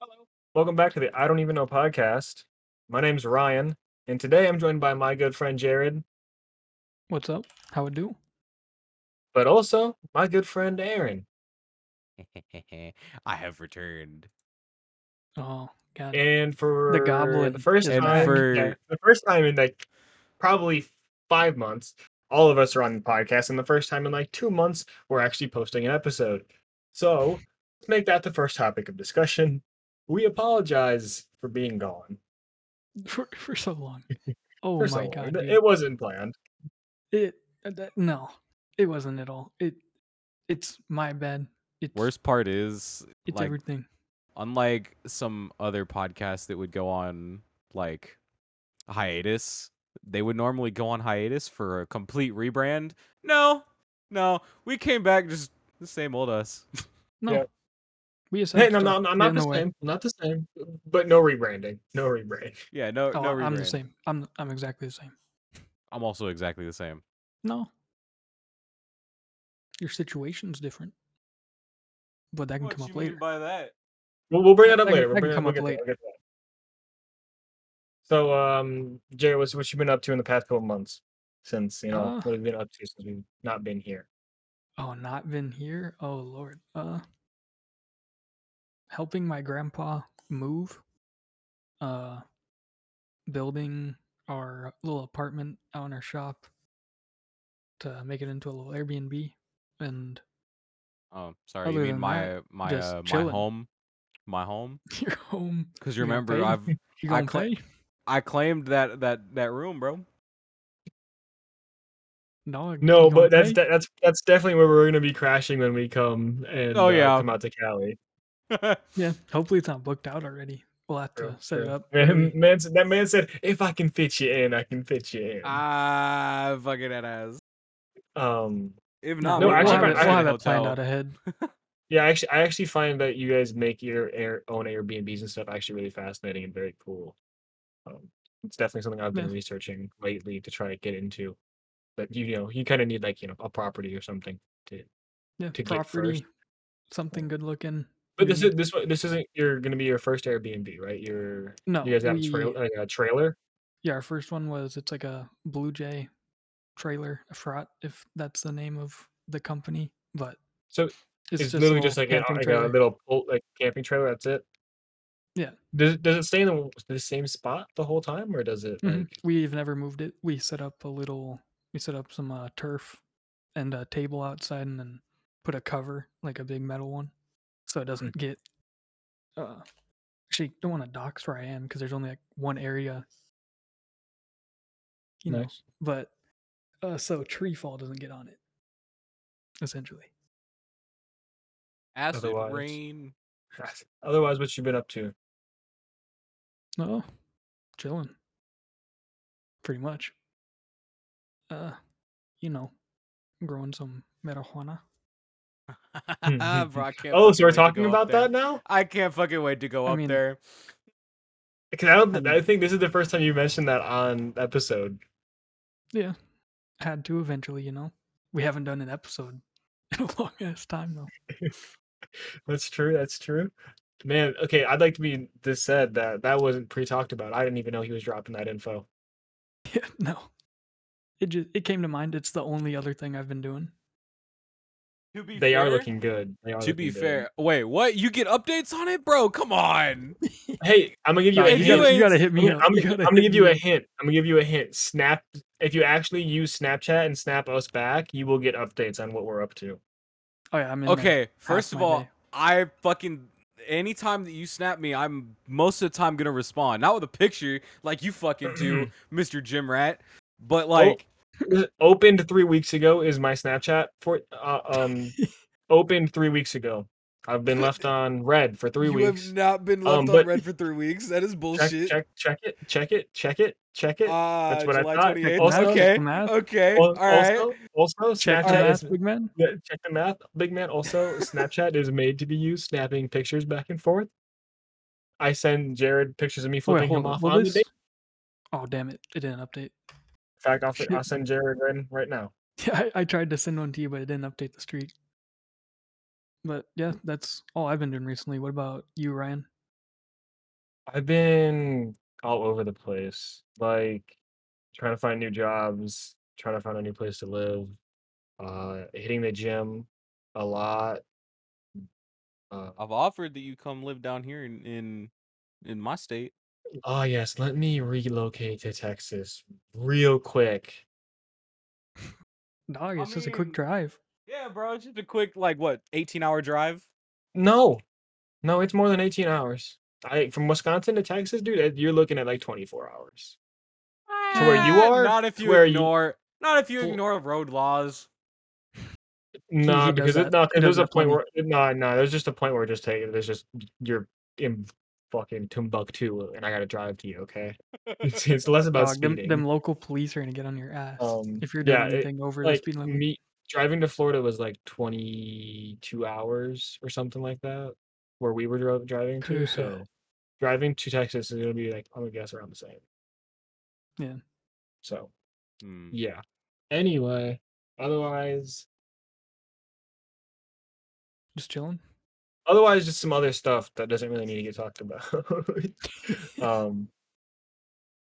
Hello. Welcome back to the I Don't Even Know podcast. My name's Ryan, and today I'm joined by my good friend Jared, What's up? How it do? but also my good friend Aaron. I have returned. Oh, got it. And for goblin the first is And time, back. for yeah, the first time in like probably five months, all of us are on the podcast, and the first time in like two months, we're actually posting an episode. So let's make that the first topic of discussion. We apologize for being gone. For for so long. Oh for my so long. god. dude. it wasn't planned. It, uh, that- no. It wasn't at all. It it's my bad. It's worst part is it's like everything. unlike some other podcasts that would go on like a hiatus, they would normally go on hiatus for a complete rebrand. No, no, we came back just the same old us. No. yeah. We Hey, aside no, no, stuff, I'm I'm get not in the way. same. I'm not the same. But no rebranding. No rebranding. yeah, no, Oh, no rebrand. I'm the same. I'm I'm exactly the same. I'm also exactly the same. No. Your situation's different. But that can come up later. by that? We'll, we'll bring that That up can- later. We'll that can bring that- come we'll up get there, later. we'll get there. So, um, Jerry, what's what you been up to in the past couple months? Since you know Uh. what have you been up to since we've not been here? Oh, not been here? Oh lord. Uh helping my grandpa move. Uh building our little apartment out in our shop to make it into a little Airbnb. And Oh, sorry. Other you mean than my that, my just uh, my chillin'. home, my home? your home, Because you You got remember paid? I've you I gonna cla- play? I claimed that that that room, bro. No, No, you gonna but that's play? de- that's that's definitely where we're gonna be crashing when we come and Oh, uh, yeah. come out to Cali. yeah. Hopefully, it's not booked out already. We'll have to True, set it true. up. Mm-hmm. Man, early. man s- that man said, "If I can fit you in, I can fit you in." Ah, fucking that ass. um, If No, not, No, we'll, we're actually, have going I- it, to we'll I- have the it planned hotel. out ahead. yeah, actually, I actually find that you guys make your air, own Airbnbs and stuff actually really fascinating and very cool. Um, it's definitely something I've been Yeah. researching lately to try to get into. But you know, you kind of need like you know a property or something to. Yeah, to get first. property, something good looking. But this We- is this one- this isn't you're going to be your first Airbnb, right? You're no, you guys have a, trail, we like a trailer. yeah. Our first one was it's like a Blue Jay trailer, a frat, if that's the name of the company, but So it's it's just a literally little just like a, camping like a trailer. little pol- like camping trailer. That's it. Yeah. Does it- does it stay in the, the same spot the whole time, or does it Mhm. like? We've never moved it. We set up a little, we set up some uh, turf and a table outside and then put a cover, like a big metal one, so it Mm-hmm. doesn't get. Uh, actually, don't want to dox where I am because there's only like one area, you know. Nice. But uh, so tree fall doesn't get on it, essentially. Acid Otherwise. rain. Otherwise, what you been up to? Oh, chilling, pretty much. Uh, you know, growing some marijuana. Bro, I can't Hmm, Oh, fucking so we're wait to talking go up about there. that now? I can't fucking wait to go I up mean, there. Because I don't. I th- I mean, think this is the first time you mentioned that on episode. yeah, had to eventually, you know. We haven't done an episode in a long ass time though. That's true. That's true. Man, okay. I'd like to be this said that that wasn't pre talked about. I didn't even know he was dropping that info. Yeah, no. It just it came to mind. It's the only other thing I've been doing. To be They fair. are looking good. They are To be looking good. fair, wait, what? You get updates on it, bro? Come on. Hey, I'm gonna give you Nah, a If you, hint. gotta, you gotta ain't- hit I'm me gonna, up. I'm, You gonna- gotta I'm gonna hit give you me a up. hint. I'm gonna give you a hint. Snap. If you actually use Snapchat and snap us back, you will get updates on what we're up to. Oh yeah, I'm in there. Okay, first of my all, day. I fucking anytime that you snap me, I'm most of the time gonna respond. Not with a picture like you fucking do, Mr. Jim Rat, but like Oh, opened three weeks ago is my Snapchat for uh, um opened three weeks ago. I've been left on red for three you weeks. have not been left Um, on but red for three weeks. That is check bullshit. check check it check it check it check it. Ah, That's what I July thought. twenty Check eighth. the math. Also, Check Okay, the math. okay, al- all right. also also Check the Alright. Snapchat is math, big man. yeah, check the math, big man. Also, Snapchat is made to be used snapping pictures back and forth. I send Jared pictures of me Oh, wait, flipping him hold up. off Well, on the date. this. Oh damn it! It didn't update. In fact, I'll, Shit. I'll send Jared right, right now. Yeah, I, I tried to send one to you, but it didn't update the streak. But yeah, that's all I've been doing recently. What about you, Ryan? I've been all over the place, like trying to find new jobs, trying to find a new place to live, uh, hitting the gym a lot. Uh, I've offered that you come live down here in in, in my state. oh yes, let me relocate to Texas real quick. Dog, I it's just a quick mean- drive. Yeah, bro. It's just a quick like what eighteen hour drive. No, no, it's more than eighteen hours. I from Wisconsin to Texas, dude. uh, You're looking at like twenty four hours. To where you Eh, are, Not if to you where you- ignore. Not if you Well- ignore road laws. No, does because that. it, no, He because there's does a that point plenty. where no, no, there's just a point where it just take there's just you're in fucking Timbuktu, and I gotta drive to you. Okay, it's, it's less about Dog, them, speeding. them local police are gonna get on your ass Um, if you're doing yeah, it- anything over the like speed limit. me driving to Florida was like 22 hours or something like that, where we were dri- driving to. So driving to Texas is gonna be like I'm gonna guess around the same. Yeah. So Hmm. yeah. Anyway, otherwise, Just chilling. otherwise just some other stuff that doesn't really need to get talked about. um,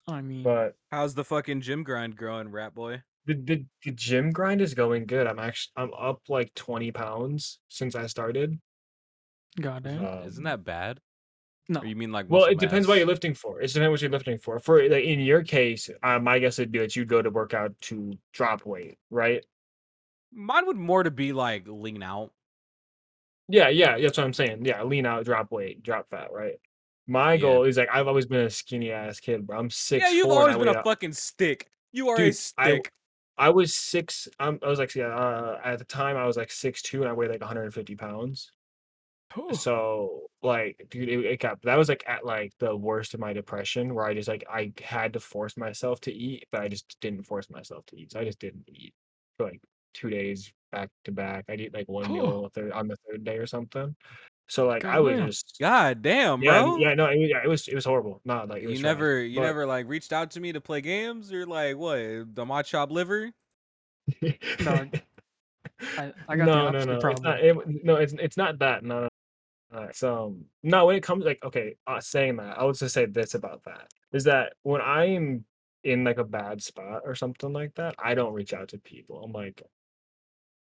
Hmm. I mean, but How's the fucking gym grind growing, rat boy? the, the the gym grind is going good. I'm actually I'm up like 20 pounds since I started. goddamn. Isn't Um, that bad? No, Or you mean like? Well, muscle it depends what mass? you're lifting for. It depends what you're lifting for. For like in your case, uh, my guess would be that you go to work out to drop weight, right? Mine would more to be like lean out. Yeah, yeah, that's what I'm saying. Yeah, lean out, drop weight, drop fat, right? My Yeah. goal is like I've always been a skinny ass kid, bro. I'm six. yeah, you've four and always I been weighed a out- fucking stick. You are a Dude, I- stick. I was six. Um, I was like, yeah, uh, at the time I was like six two, and I weighed like 150 pounds. So like, dude, it, it got that was like at like the worst of my depression, where I just like I had to force myself to eat, but I just didn't force myself to eat. So I just didn't eat for like two days back to back. I would eat like one meal Oh. on the third, on the third day or something. So like I Goddamn. was just God damn, yeah bro. yeah no it, was- yeah, it was it was horrible. No, like it was trash. you never, you but- never like reached out to me to play games or like what the my chop liver. Dog, I, I got the no, no, opposite no. It's problem. not, it, w- no, it's it's not that. No, no. no. It's, um, no. When it comes like okay, uh, saying that, I would just say this about that is that when I am in like a bad spot or something like that, I don't reach out to people. I'm like,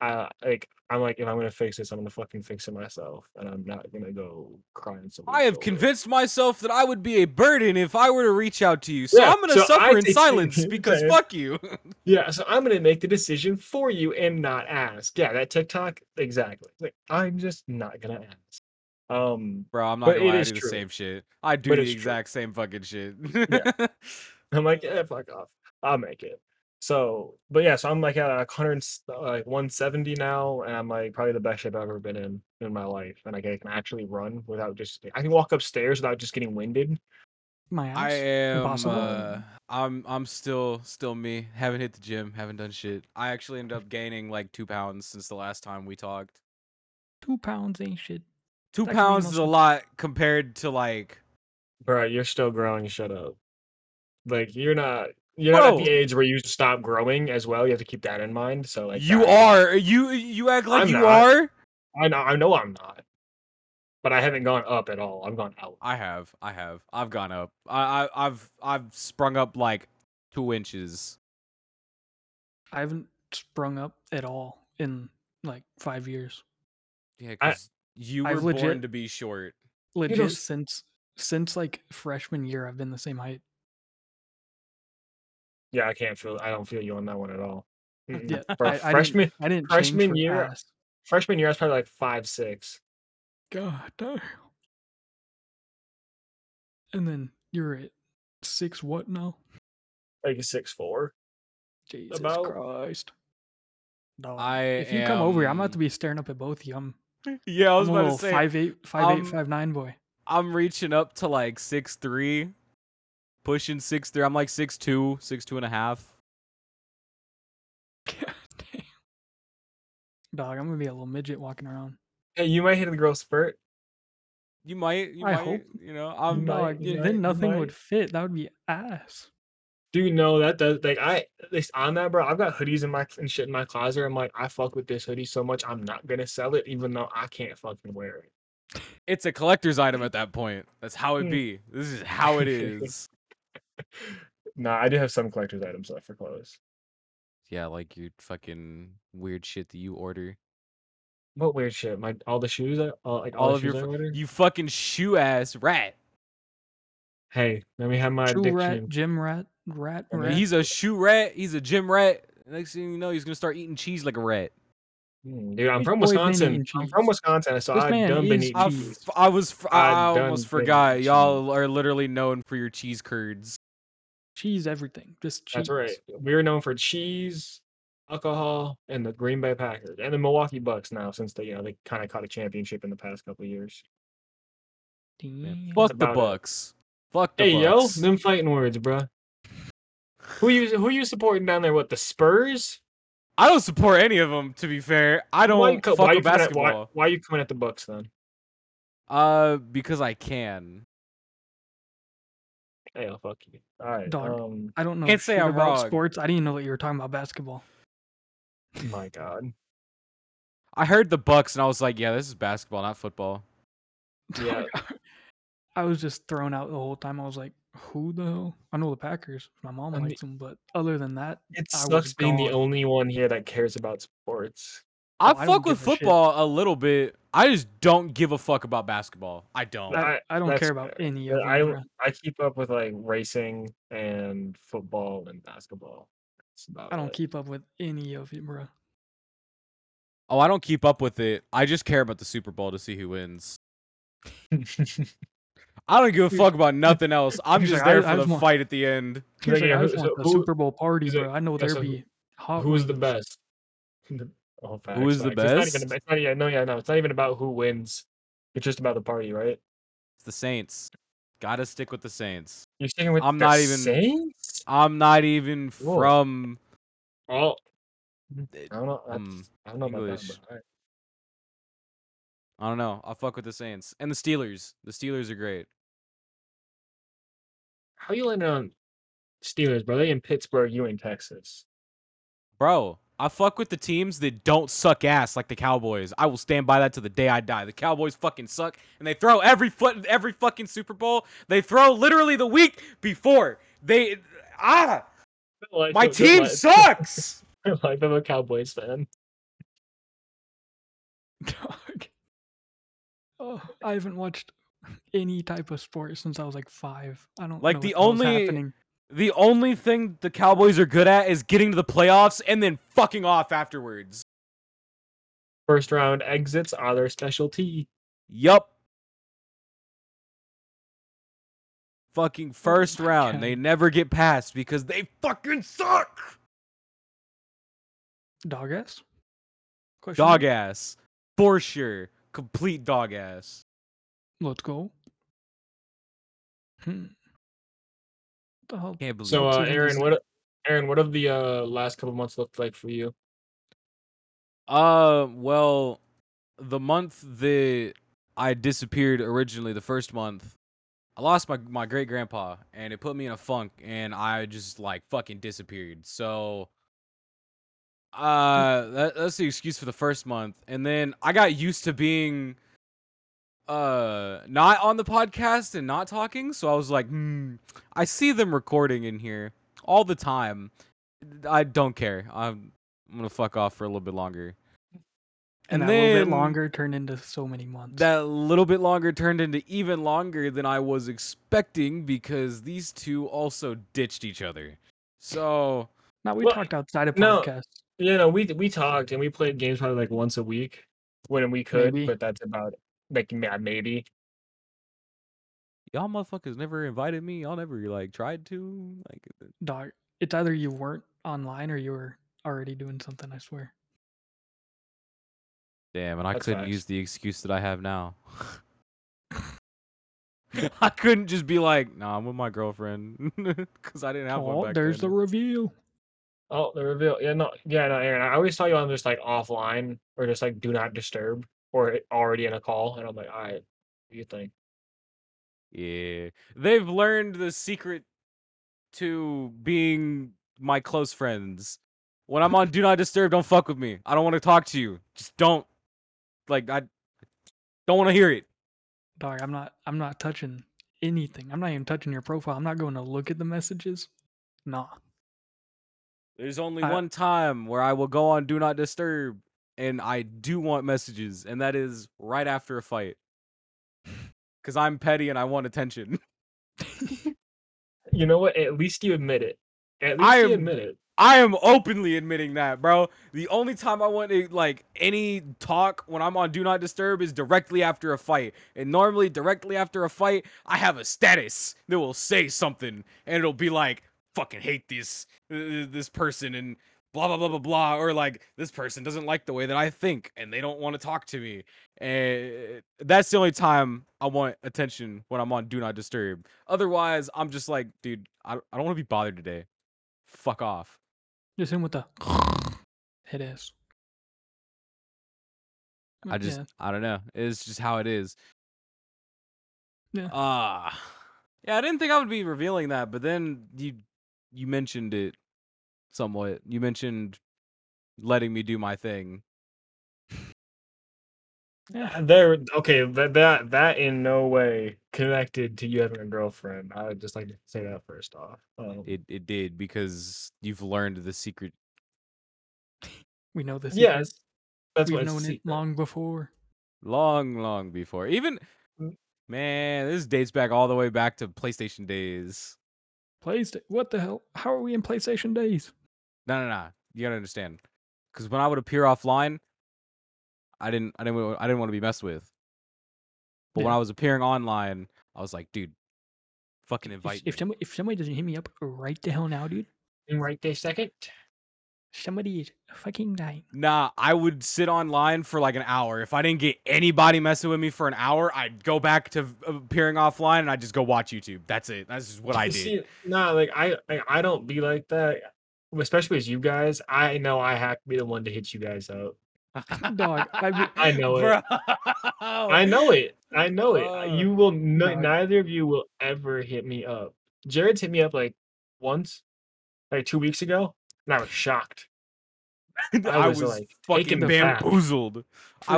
I like I'm like if I'm gonna fix this, I'm gonna fucking fix it myself, and I'm not gonna go cry on someone's I have shoulder. convinced myself that I would be a burden if I were to reach out to you, so Yeah, I'm gonna so I suffer in take- silence because Yeah. fuck you. Yeah, so I'm gonna make the decision for you and not ask. Yeah, that TikTok exactly. Like I'm just not gonna ask. Um, Bro, I'm not But gonna it lie, I is do the true. same shit. I do But the it's true. exact same fucking shit. Yeah. I'm like, yeah, fuck off. I'll make it. So, but yeah, so I'm like at like 100, uh, like 170 now, and I'm like probably the best shape I've ever been in in my life. And like I can actually run without just, I can walk upstairs without just getting winded. My I ass. am. Impossible. Uh, I'm. I'm still. Still me. Haven't hit the gym. Haven't done shit. I actually ended up gaining like two pounds since the last time we talked. Two pounds ain't shit. Two That kind of pounds is a muscle. lot compared to like. Bro, you're still growing. Shut up. Like you're not, you're not at the Bro. age where you stop growing as well. You have to keep that in mind. So like, you that- are. You. You act like I'm you not. are. I know, I know, I'm not. But I haven't gone up at all. I've gone out. I have. I have. I've gone up. I. I I've. I've sprung up like two inches. I haven't sprung up at all in like five years. Yeah, I- because you I've were born legit- to be short. Legit s- since since like freshman year, I've been the same height. Yeah, I can't feel. I don't feel you on that one at all. Mm. Mm-mm. Yeah, Bro, I- I didn't- freshman, I didn't Freshman change for year- Ass. freshman year, I was probably like five six. God damn. And then you're at six what now? like a six four. Jesus About- Christ. No. I. if you come over, I'm about to am- be staring up at both of you. I'm, Yeah, I was I'm a about little to say. five eight, five eight, um, five nine boy. I'm reaching up to like six three, pushing six three. I'm like six two, six two and a half. God damn. Dog, I'm gonna be a little midget walking around. Hey, you might hit the growth spurt. You might, you I might, hope- you know, might- I'm not. Dog, you You, might- then you nothing might. would fit. That would be ass. Do you know that does like I at least on that, bro? I've got hoodies in my and shit in my closet. I'm like, I fuck with this hoodie so much, I'm not gonna sell it, even though I can't fucking wear it. It's a collector's item at that point. That's how it Hmm. be. This is how it is. nah, I do have some collector's items left for clothes. yeah, like your fucking weird shit that you order. What weird shit? My all the shoes, I, all, like all, All the of your shoes I fu- ordered? You fucking shoe ass rat. Hey, let me have my True addiction. rat, gym rat, rat, I mean, rat. He's a shoe rat. He's a gym rat. Next thing you know, he's gonna start eating cheese like a rat. Mm, Dude, I'm This from boy been Wisconsin. eating I'm cheese. from Wisconsin, so This I've man done been is eating I, cheese. f- I was fr- I I've done almost been forgot. eating Y'all are literally known for your cheese curds. cheese everything. Just cheese. That's right. We were known for cheese, alcohol, and the Green Bay Packers, and the Milwaukee Bucks. Now, since they you know they kind of caught a championship in the past couple of years. Damn. Fuck the about it. Bucks. Fuck the hey Bucks. yo, them fighting words, bruh. Who you who you supporting down there? What the Spurs? I don't support any of them. To be fair, I don't why you, co- fuck why you with coming at, why, basketball. why you coming at the Bucks then? Uh, because I can. Hey, yo, fuck you. All right. Dog. Um, I don't know Can't say shit I'm about wrong. sports. I didn't even know that you were talking about basketball. my God. I heard the Bucks and I was like, yeah, this is basketball, not football. Yeah. I was just thrown out the whole time. I was like, who the hell? I know the Packers. My mom I mean- likes them, but other than that, It I was sucks being the gone. only one here that cares about sports. I Oh, I don't fuck with give a shit. football a little bit. I just don't give a fuck about basketball. I don't. Oh, I- I, I don't that's care about fair. any Yeah, of I them. don't- bruh. I keep up with like racing and football and basketball. That's about I don't it. keep up with any of it, bro. oh, I don't keep up with it. I just care about the Super Bowl to see who wins. I don't give a He's- fuck about nothing else. I'm he's just like, I- there I for just the want- fight at the end. He's like, like, yeah, I who- just want so the who- Super Bowl party, he's like, bro. I know yeah, there so be hot. Who's the wings." best? The- Oh, facts, is the facts. It's not even best? about, it's not, yeah, no, yeah, no. It's not even about who wins. It's just about the party, right? It's the Saints. Gotta stick with the Saints. You're sticking with I'm the not even- Saints? I'm not even Whoa. from. Oh, I don't know. That's, um, I don't know English. about that. But, all right. I don't know. I fuck with the Saints and the Steelers. The Steelers are great. How you landing on Steelers, bro? They in Pittsburgh, you in Texas. Bro, I fuck with the teams that don't suck ass like the Cowboys. I will stand by that to the day I die. The Cowboys fucking suck, and they throw every foot, every fucking Super Bowl. They throw literally the week before. They ah, Like, my don't- don't team like- sucks. don't like, I'm a Cowboys fan. Dog. Oh, I haven't watched any type of sport since I was like five. I don't Like, know the what hell's only- happening. The only thing the Cowboys are good at is getting to the playoffs and then fucking off afterwards. First round exits are their specialty. Yup. Fucking Oh first my round. God. They never get past because they fucking suck. dog ass. Question Dog mark? ass. For sure. Complete dog ass. Let's go. Hmm. The hell? Can't believe So, Let's uh, even Aaron, just- what, Aaron, what have the uh, last couple months looked like for you? Uh, well, the month that I disappeared originally, the first month, I lost my my great grandpa, and it put me in a funk, and I just like fucking disappeared. So, uh, that, that's the excuse for the first month, and then I got used to being uh not on the podcast and not talking so i was like hmm, i see them recording in here all the time i don't care i'm, I'm gonna fuck off for a little bit longer and, and that little then- bit longer turned into so many months. that little bit longer turned into even longer than I was expecting because these two also ditched each other. So now we Well, talked outside of no, podcast. You know, we we talked and we played games probably like once a week when we could, Maybe. but that's about it. Like, ma- maybe. y'all motherfuckers never invited me. Y'all never like tried to like. th- Dog. It's either you weren't online or you were already doing something. I swear. Damn, and I That's couldn't facts. use the excuse that I have now. I couldn't just be like, "Nah, I'm with my girlfriend," because I didn't have one Oh, back there's then. the reveal. Oh, the reveal. Yeah, no, yeah, no, Aaron. I always saw you on just like offline or just like do not disturb or already in a call, and I'm like, all right, what do you think? Yeah. They've learned the secret to being my close friends. When I'm on Do Not Disturb, don't fuck with me. I don't want to talk to you. Just don't. Like, I don't want to hear it. dog, I'm not I'm not touching anything. I'm not even touching your profile. I'm not going to look at the messages. Nah. There's only I- one time where I will go on Do Not Disturb and I do want messages, and that is right after a fight. Because I'm petty and I want attention. You know what? At least you admit it. At least I you am- admit it. I am openly admitting that, bro. The only time I want to, like any talk when I'm on Do Not Disturb is directly after a fight. And normally, directly after a fight, I have a status that will say something, and it'll be like, "Fucking hate this uh, this person," and blah blah blah blah blah, or like, "This person doesn't like the way that I think, and they don't want to talk to me." And that's the only time I want attention when I'm on Do Not Disturb. Otherwise, I'm just like, dude, I, I don't want to be bothered today. Fuck off. Just him with the head ass. I just Mm, yeah, I don't know. It's just how it is. Yeah. Ah. yeah, I didn't think I would be revealing that, but then you you mentioned it somewhat. You mentioned letting me do my thing. yeah. Uh, There. Okay. That that that in no way connected to you having a girlfriend. I would just like to say that first off. Um, It it did because you've learned the secret. We know this. yes. That's we've what known it long before. long, long before. Even Mm. man, this dates back all the way back to PlayStation days. PlayStation. What the hell? How are we in PlayStation days? No, no, no. You gotta understand. Because when I would appear offline, I didn't, I didn't, wa- I didn't want to be messed with. But when Yeah. I was appearing online, I was like, dude, fucking invite If, if me. somebody if somebody doesn't hit me up right the hell now, dude, Right this second. somebody is fucking dying. Nah, I would sit online for like an hour. If I didn't get anybody messing with me for an hour, I'd go back to v- uh, appearing offline and I'd just go watch YouTube. That's it. That's just what I You did. See, nah, like I, I I don't be like that. Especially as you guys, I know I have to be the one to hit you guys up. Dog, I would- I know it. I I know it. I know it. Oh, you will no, dog. neither of you will ever hit me up. Jared's hit me up like once, like two weeks ago, and I was shocked. I was, was, like, fucking taken aback. bamboozled. I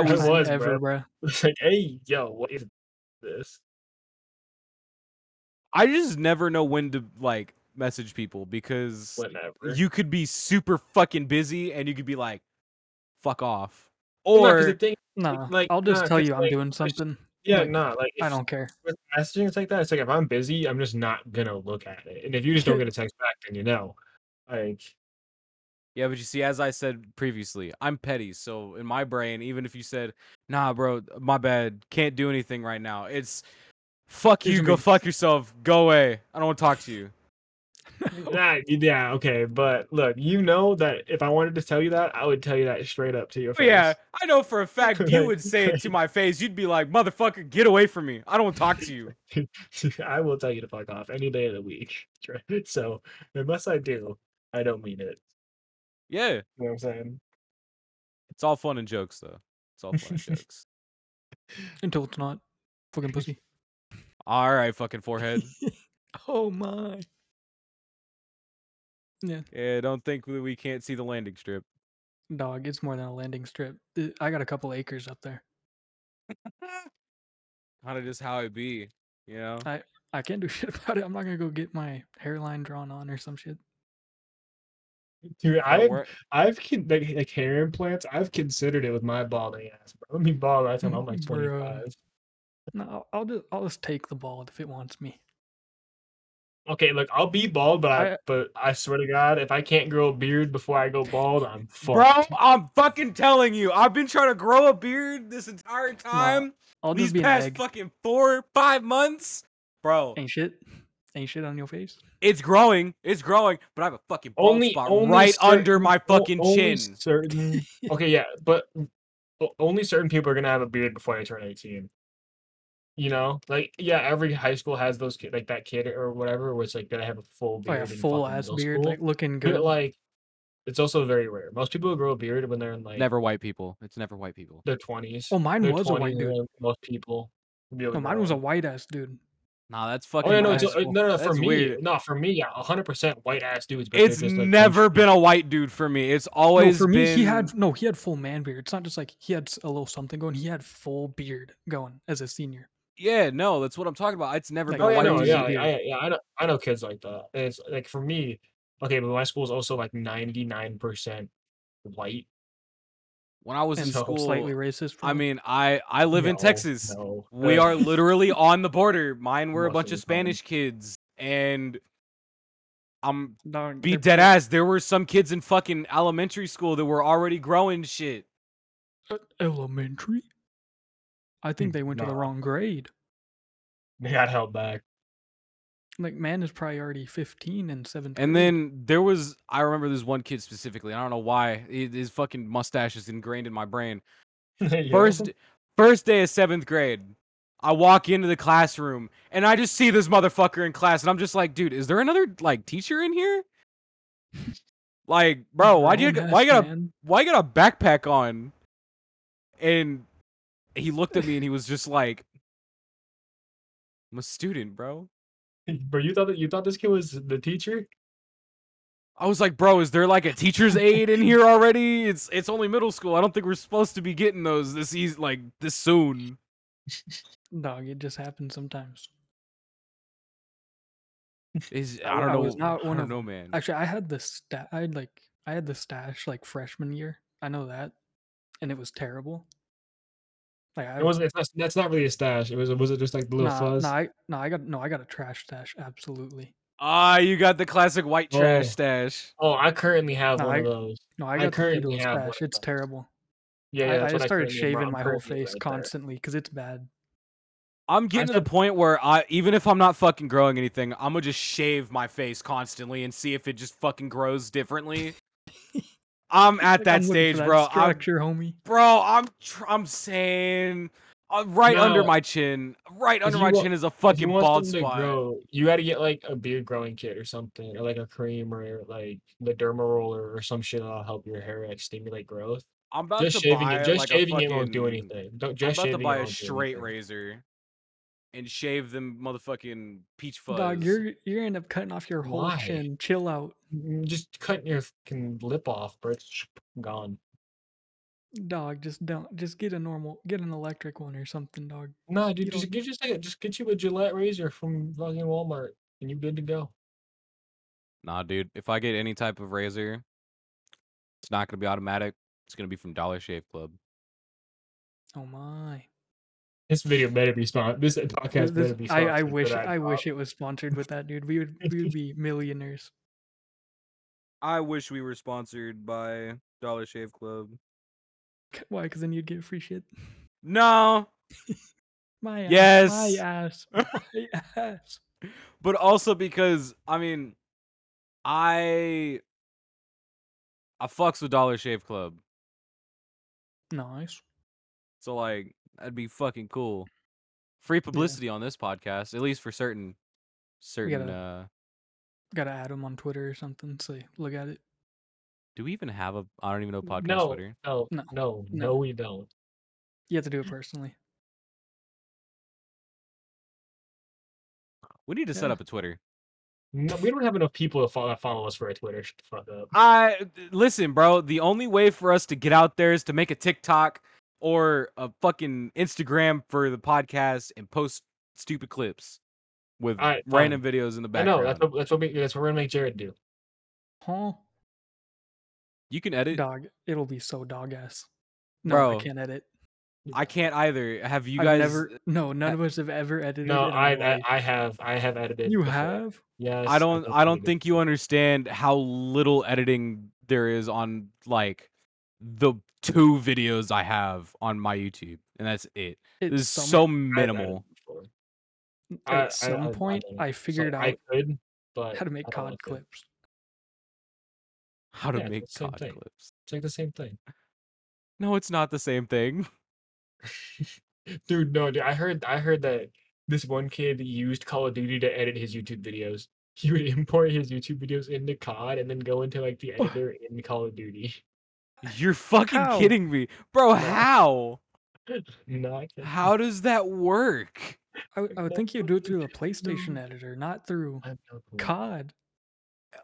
I was- was, ever, bro. It's like, hey, yo, what is this? I just never know when to like message people because Whatever. you could be super fucking busy and you could be like, "Fuck off," No, 'cause or the thing, Nah, like, I'll just nah, tell 'cause, you I'm like, doing something. yeah, like, nah, like I if- don't care. with messaging it's like that. It's like if I'm busy, I'm just not gonna look at it. And if you just don't get a text back, then you know, like, yeah. But you see, as I said previously, I'm petty, so in my brain, even if you said, "Nah, bro, my bad, can't do anything right now," it's fuck It's you, gonna go be- fuck yourself, go away. I don't want to talk to you. that, yeah, okay. But look, you know that if I wanted to tell you that, I would tell you that straight up to your But face. Oh, yeah, I know for a fact you Right, would say it to my face. You'd be like, "Motherfucker, get away from me. I don't want to talk to you." I will tell you to fuck off any day of the week. Dre. So unless I do, I don't mean it. Yeah, You know what I'm saying? it's all fun and jokes though. It's all fun and jokes. Until it's not. Fucking pussy. All right, fucking forehead. oh my. Yeah, yeah, don't think that we can't see the landing strip. dog, it's more than a landing strip. Uh, I got a couple acres up there. kind of just how it be, you know. I can't do shit about it. I'm not gonna go get my hairline drawn on or some shit. Dude, Gotta I've work- I've con- like, like hair implants. I've considered it with my balding ass. Bro. I mean, bald. I time I'm Mm, like Bro. 25. No, I'll, I'll just I'll just take the ball if it wants me. Okay, look, I'll be bald, but I, I- but I swear to God, if I can't grow a beard before I go bald, I'm bro. fucked. I'm fucking telling you, I've been trying to grow a beard this entire time. I'll These just be an past egg. fucking four, five months, bro. Ain't shit. Ain't shit on your face. It's growing, it's growing, but I have a fucking bald Only- spot only right certain- under my O- fucking only chin. Certain. okay, yeah, but o- only certain people are gonna have a beard before they turn 18. You know, like yeah, every high school has those kid, like that kid or whatever, was like gonna have a full beard. Like a in Oh, full fucking ass middle beard, school. like looking But good. like, it's also very rare. Most people grow a beard when they're in like Never white people. It's never white people. their 20s. oh, mine Their was a white 20s, and dude. then most people. Really Oh, mine was a grow. white ass dude. Nah, that's fucking. Oh yeah, no, high it's, uh, school. no, no, for That's me, weird. no, for me, yeah, hundred percent white ass dudes. But they're It's just, like, never been a white dude for me. It's always no, for me, been... he had no, he had full man beard. It's not just like he had s- a little something going. He had full beard going as a senior. Yeah, no, that's what I'm talking about. It's never Like, been Oh yeah, white no, people. yeah, like, easy to- I, yeah, I know, I know kids like that. And it's like for me, okay, but my school is also like ninety nine percent white. When I was and in so school, slightly racist. I probably. mean, I I live in No, Texas. no, We uh, are literally on the border. Mine were a bunch Russian of from- Spanish kids, and I'm No, be they're dead big. ass. There were some kids in fucking elementary school that were already growing shit. Uh, elementary. I think Hmm, they went to the nah. wrong grade. they got held back. Like man is probably already fifteen and seventeen. And then there was I remember this one kid specifically. I don't know why hi- his fucking mustache is ingrained in my brain. Yeah. First first day of seventh grade, I walk into the classroom and I just see this motherfucker in class, and I'm just like, dude, is there another like teacher in here? Like, bro, why do you why you gotta why you got a backpack on? And he looked at me and he was just like, I'm a student, bro. but you thought that you thought this kid was the teacher? I was like, bro, is there like a teacher's aide in here already? It's it's only middle school. I don't think we're supposed to be getting those this easy, like this soon. dog? It just happens sometimes. Is I I don't know. was not one I don't of- know, man. Mm. Actually, I had the sta- I had like I had the stash like freshman year. I know that, and it was terrible. Like I It wasn't. It's not, that's not really a stash. It was. Was it just like the little nah, fuzz? nah, I, nah, I got no, I got a trash stash. Absolutely. Ah, you got the classic white trash Oh. stash. Oh, I currently have Nah, one I- of those. No, I I got the currently Beatles have one stash. of It's those. terrible. Yeah, yeah I, I that's what just started currently am, bro. shaving I'm my whole currently face right there. constantly because it's bad. I'm getting to the said- point where I even if I'm not fucking growing anything, I'm gonna just shave my face constantly and see if it just fucking grows differently. I'm at Like, that I'm looking for stage, bro. I'm, Structure, homie. bro, I'm tr- I'm saying uh, right under No. my chin, right 'Cause under you my wa- chin is a If you fucking want bald something to spot. grow, you got to get like a beard growing kit or something, or like a cream, or like the derma roller or some shit that'll help your hair like stimulate growth. I'm about Just to shaving buy it, just like shaving a it won't do fucking- anything. Don't I'm just about to shaving it buy a won't do straight anything. razor and shave them motherfucking peach fuzz. Dog, you're you're gonna end up cutting off your whole Why? chin. Chill out, Mm, Just cutting your fucking lip off, bro. It's gone. dog. Just don't. Just get a normal, get an electric one or something, dog. No, dude, You just don't- get just like, just get you a Gillette razor from fucking Walmart, and you good to go. Nah, dude. If I get any type of razor, it's not gonna be automatic. It's gonna be from Dollar Shave Club. Oh my. This video better be sponsored. This podcast This- better this- be I, sponsored. I for wish that I job. wish it was sponsored with that dude. We would we would be millionaires. I wish we were sponsored by Dollar Shave Club. C- Why? Because then you'd get free shit. No, My ass. My Yes. ass. My ass. but also because I mean, I I fucks with Dollar Shave Club, Nice. so like that'd be fucking cool. Free publicity on this podcast, at least for certain certain. gotta- uh Gotta add him on Twitter or something. So you look at it. Do we even have a? I don't even know podcast no, Twitter. no, No, no, no, no. we don't. You have to do it personally. We need to set Yeah. up a Twitter. No, we don't have enough people to follow, follow us for our Twitter. Shut the fuck up. I listen, bro. The only way for us to get out there is to make a TikTok or a fucking Instagram for the podcast and post stupid clips with Alright, random videos in the I background. know that's what that's what, we, that's what we're gonna make Jared do. Huh? you can edit. Dog. It'll be so dog ass. No, I Bro, can't edit. I can't either. Have you I've guys? never. No, none I- of us have ever edited. No, in our I, I life. I have I have edited. You before. have? Yes. I don't. I've I don't edited. think you understand how little editing there is on like the two videos I have on my YouTube, and that's it. It's It's some- so I've edited minimal. before. at I- I- some I- I point, don't. I, So figured out I could, but how to make I don't COD want to. clips. How to Yeah, it's make the same COD thing. clips? It's like the same thing, No, it's not the same thing. dude. No, dude. I heard I heard that this one kid used Call of Duty to edit his YouTube videos. He would import his YouTube videos into COD and then go into like the What? editor in Call of Duty. You're fucking How? kidding me. Bro, Yeah. how? no, I can't. How does that work? I, would- I would think you'd do it through the PlayStation editor, not through I have no clue. COD.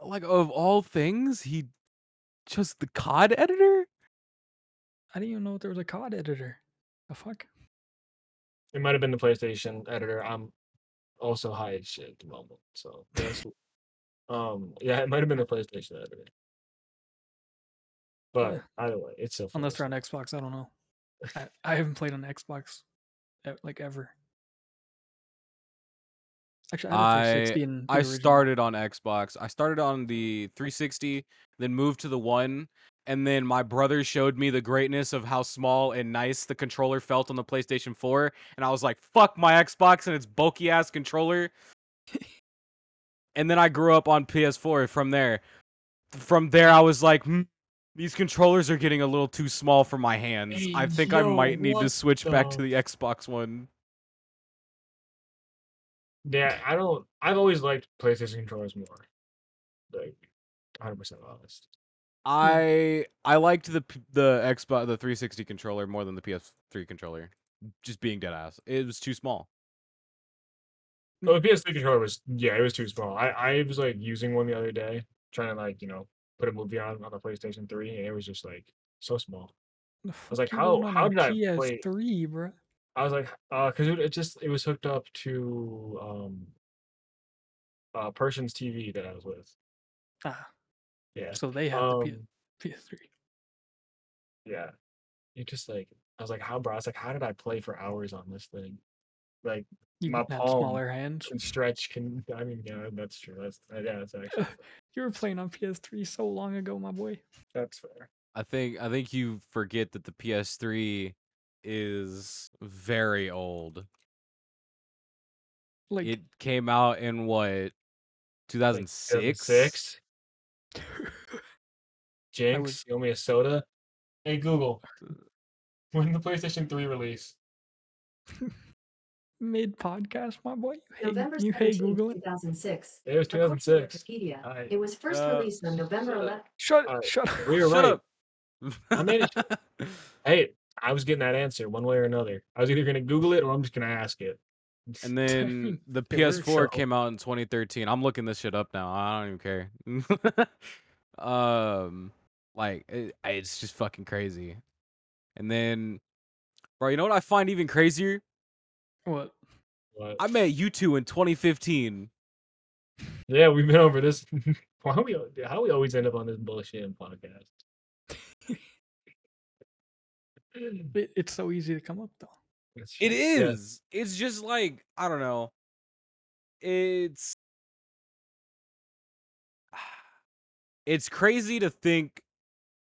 Like of all things, he just the COD editor? I didn't even know there was a COD editor. The fuck? It might have been the PlayStation editor. I'm also high as shit at the moment. So that's um yeah, it might have been the PlayStation editor. But Yeah. either way, it's so Unless they're on Xbox, I don't know. I, I haven't played on Xbox e- like ever. Actually, I had a 360 and the I original. started on Xbox. I started on the 360, then moved to the one, and then my brother showed me the greatness of how small and nice the controller felt on the PlayStation 4, and I was like, "Fuck my Xbox and its bulky ass controller." and then I grew up on PS4 from there. From there I was like, "Hmm, "These controllers are getting a little too small for my hands. I Hey, think I yo, might need to what switch back to the the Xbox one." Yeah, I don't. I've always liked PlayStation controllers more. Like, hundred percent honest. Hmm. I I liked the p- the Xbox the 360 controller more than the PS3 controller. Just being dead ass, it was too small. Oh, the PS3 controller was yeah, it was too small. I I was like using one the other day, trying to like you know put a movie on on the PlayStation 3, and it was just like so small. The was like, fuck you going how- on how a did I play- PS3, bro? I was like, uh, because it, it just it was hooked up to um uh, a person's TV that I was with. Ah, Yeah, so they had the um, P- PS3. yeah. It just like I was like, how bro? I was like, how did I play for hours on this thing? Like. You my had palm smaller hands. can stretch can i mean yeah that's true that's uh, yeah that's actually You were playing on PS3 so long ago, my boy. that's fair I think I think you forget that the PS3 is very old. Like, it came out in what 2006? six jinx you owe me a soda hey google when the playstation 3 release mid podcast, my boy. You hey, November you hey 17, Google it. 2006. it was According to 2006 Wikipedia, I- it was first uh, released on November shut up. Shut 11. Alright, shut up. we were Shut right up. I made hey i was getting that answer one way or another i was either going to google it or i'm just going to ask it And then the Killer PS4 show. came out in 2013. I'm looking this shit up now. I don't even care. um, like it, I- it's just fucking crazy. And then, bro, you know what I find even crazier? What? But- I met you two in 2015. yeah we've been over this why we al- how we always end up on this bullshit podcast It, it's so easy to come up though. That's It true. Yeah. is. It's just like I don't know. It's it's crazy to think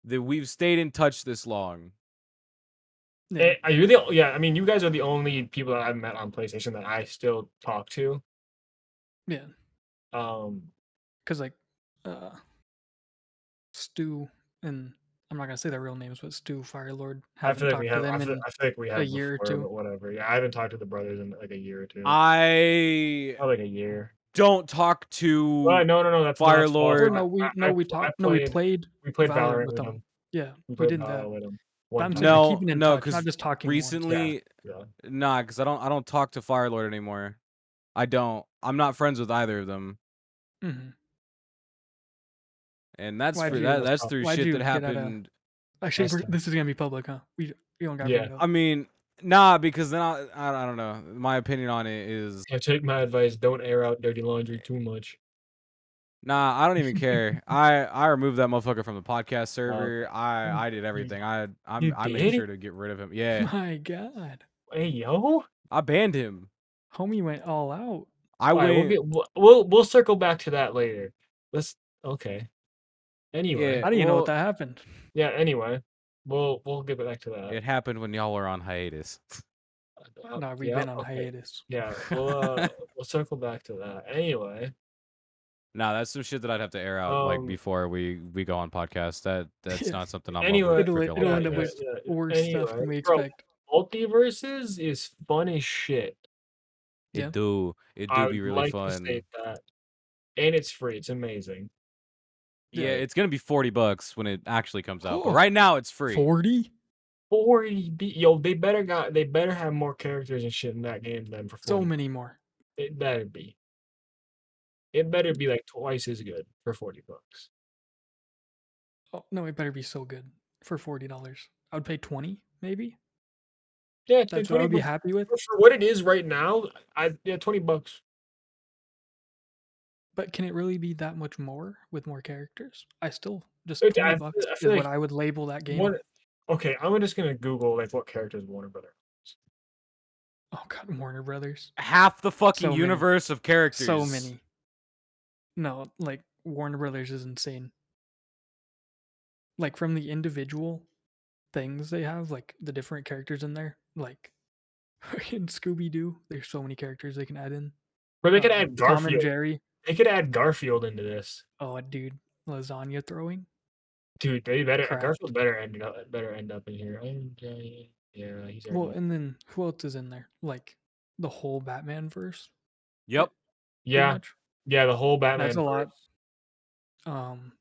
that we've stayed in touch this long. Yeah. Eh, Are you the? o- Yeah, I mean, you guys are the only people that I've met on PlayStation that I still talk to. yeah. Um, because like uh Stu and I'm not gonna say their real names, but Stu Firelord I haven't feel like talked we to have. I them feel, and I feel like we have year or before, two. but whatever. Yeah, I haven't talked to the brothers in like a year or two. I Probably like a year. don't talk to Well, no, no, no. That's not its fault. Firelord. or Or- no, we I- I- no we I talked no we played- played We played Valorant Valorant with with them. them. yeah We we uh, played did Valorant that. with them. But one I'm time. saying we're No, keeping in no, touch, 'cause not just talking. more. recently. Yeah. Nah, because I don't. I don't talk to Firelord anymore. I don't. I'm not friends with either of them, Mhm. and that's Why'd through you- that, that's through Why'd shit you that get out of- happened Actually, That's we're, tough. this is gonna be public, huh? We we don't got Yeah, yeah. I mean, nah, because then I, I I don't know. My opinion on it is Yeah, take my advice. Don't air out dirty laundry too much. nah. I don't even care. I I removed that motherfucker from the podcast server. you- I I did everything. I I'm, you I did? made sure to get rid of him. Yeah, My God, Hey, yo. I banned him. homie went all out. I All right, we'll, went. get, we'll we'll we'll circle back to that later. Let's okay. Anyway, I didn't even know what well- that happened. yeah anyway we'll we'll get back to that It happened when y'all were on hiatus. Uh, no, we've yeah, been on okay. hiatus. yeah we'll uh, we'll circle back to that anyway Nah, that's some shit that I'd have to air out like Um, before we we go on podcast. That that's not something I'm Anyway- over It'll- for it'll y'all end up Yeah, with yeah, yeah. Worse stuff than Anyway, we bro, expect. multiverses is fun as shit It Yeah. do it do i would be really like to fun. state that and it's free it's amazing Yeah, Yeah. it's gonna be forty bucks when it actually comes out. But Oh. right now, it's free. Forty. or yo they better got they better have more characters and shit in that game than for So 40. many more. it better be it better be like twice as good for 40 bucks Oh no, it better be so good for forty dollars. I would pay twenty, maybe. Yeah, it's been That's 20 what I'd be bucks. happy with. For for what it is right now, I yeah, twenty bucks. But can it really be that much more with more characters? I still just It- I twenty feel- bucks I is feel what like I would label that game. Warner- okay, I'm just gonna Google like what characters Warner Brother. Oh god, Warner Brothers. Half the fucking So many. universe of characters. So many. No, like Warner Brothers is insane. Like from the individual things they have, like the different characters in there, like in Scooby Doo, there's so many characters they can add in. But they could Uh, add Tom and Garfield. Jerry. They could add Garfield into this, Oh, dude, lasagna throwing. dude. They better Crap. Garfield better end up better end up in here. I'm Jerry. Yeah, he's already Well, in- and then who else is in there? Like the whole Batman verse. Yep. pretty yeah, much. yeah. The whole Batman. a lot. verse. Um,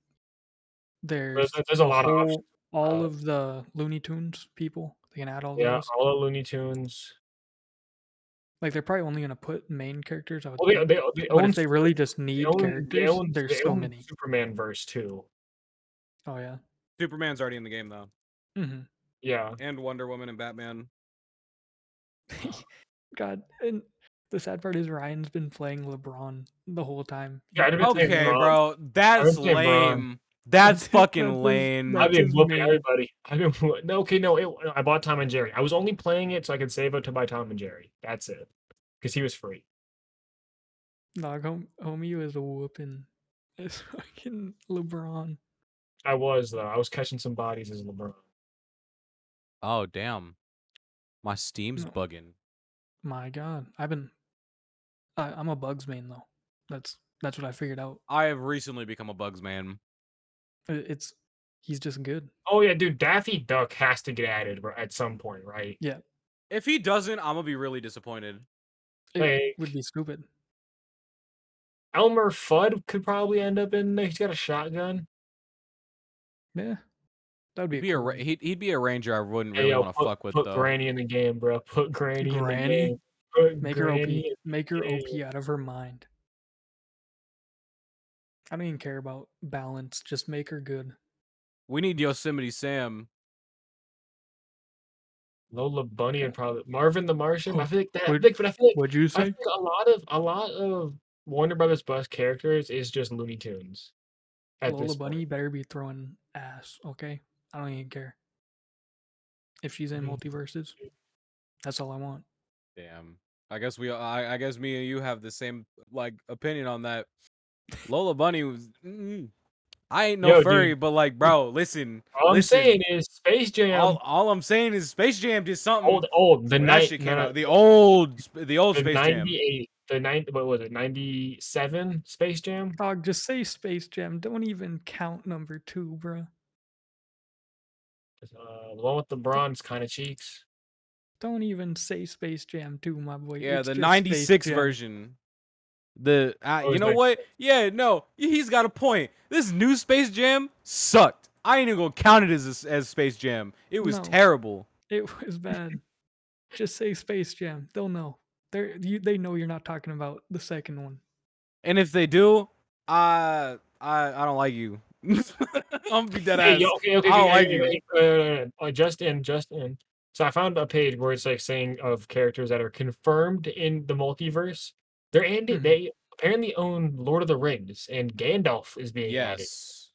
There's, there's there's a lot of options. whole, all Uh, of the Looney Tunes people. They can add all Yeah, those. all the Looney Tunes. Like they're probably only gonna put main characters. I would Well, Oh, they think. they, they but own if they really just need they own, they characters, own, there's they so own many. Superman verse too. Oh yeah. Superman's already in the game though, hmm Yeah, and Wonder Woman and Batman. God, and the sad part is Ryan's been playing LeBron the whole time. Yeah, I'd He have been played- saying Okay, Bron. bro, that's saying Bron. lame. That's That's fucking his- lame. that's I've been his whooping main- everybody. I've been whoo- no, okay, no. It, I bought Tom and Jerry. I was only playing it so I could save up to buy Tom and Jerry. That's it, because he was free. Dog, hom- homie was whooping. It's fucking LeBron. I was though. I was catching some bodies as LeBron. Oh damn, my Steam's No. bugging. My God, I've been. I, I'm a Bugs main though. That's that's what I figured out. I have recently become a Bugs man. I- It's he's just good. Oh yeah, dude. Daffy Duck has to get added bro, at some point, right? If he doesn't, I'm gonna be really disappointed. It Like- would be stupid. Elmer Fudd could probably end up in there. He's got a shotgun. Yeah, that would be, He'd a be a cool ra- name. he'd, he'd be a ranger. I wouldn't Hey, really yo, want to put, fuck with put though. Granny in the game, bro. Put Granny, in Granny? the game. Put Make her Granny. OP. Make her OP game. out of her mind. I don't even care about balance. Just make her good. We need Yosemite Sam. Lola Bunny and probably Marvin the Martian. I Oh, feel like that. would- like, but I feel like What'd you I say? think a lot of a lot of Warner Brothers Bus characters is just Looney Tunes. at Lola this point. Bunny better be throwing ass. Okay, I don't even care if she's in Mm. multiverses. That's all I want. Damn. I guess we. I, I guess me and you have the same like opinion on that. Lola Bunny was. mm, I ain't no Yo, dude. furry, but like, bro, listen. All I'm listen, saying is Space Jam. all, um, all I'm saying is Space Jam did something. old, old. The when that night. shit no, came no, out. The old, sp- the old the Space Jam. ninety-eight. The nine. What was it? Ninety-seven. Space Jam. Dog, just say Space Jam. Don't even count number two, bruh. Uh, the one with the bronze kind of cheeks. Don't even say Space Jam 2, my boy. Yeah, It's the just Space '96 Jam. version. The uh, Oh, you it's know like- what? Yeah, no, y- he's got a point. This new Space Jam sucked. I ain't even gonna count it as as Space Jam. It was No. terrible. It was bad. just say Space Jam. They'll know. They you they know you're not talking about the second one. And if they do, I I I don't like you. I'm gonna be dead Hey, ass. yo, okay, okay, I don't okay, like okay, you. okay, wait, wait, wait, wait, uh, just in, just in. So I found a page where it's like saying of characters that are confirmed in the multiverse. They're and Mhm. they apparently own Lord of the Rings, and Gandalf is being added. Yes.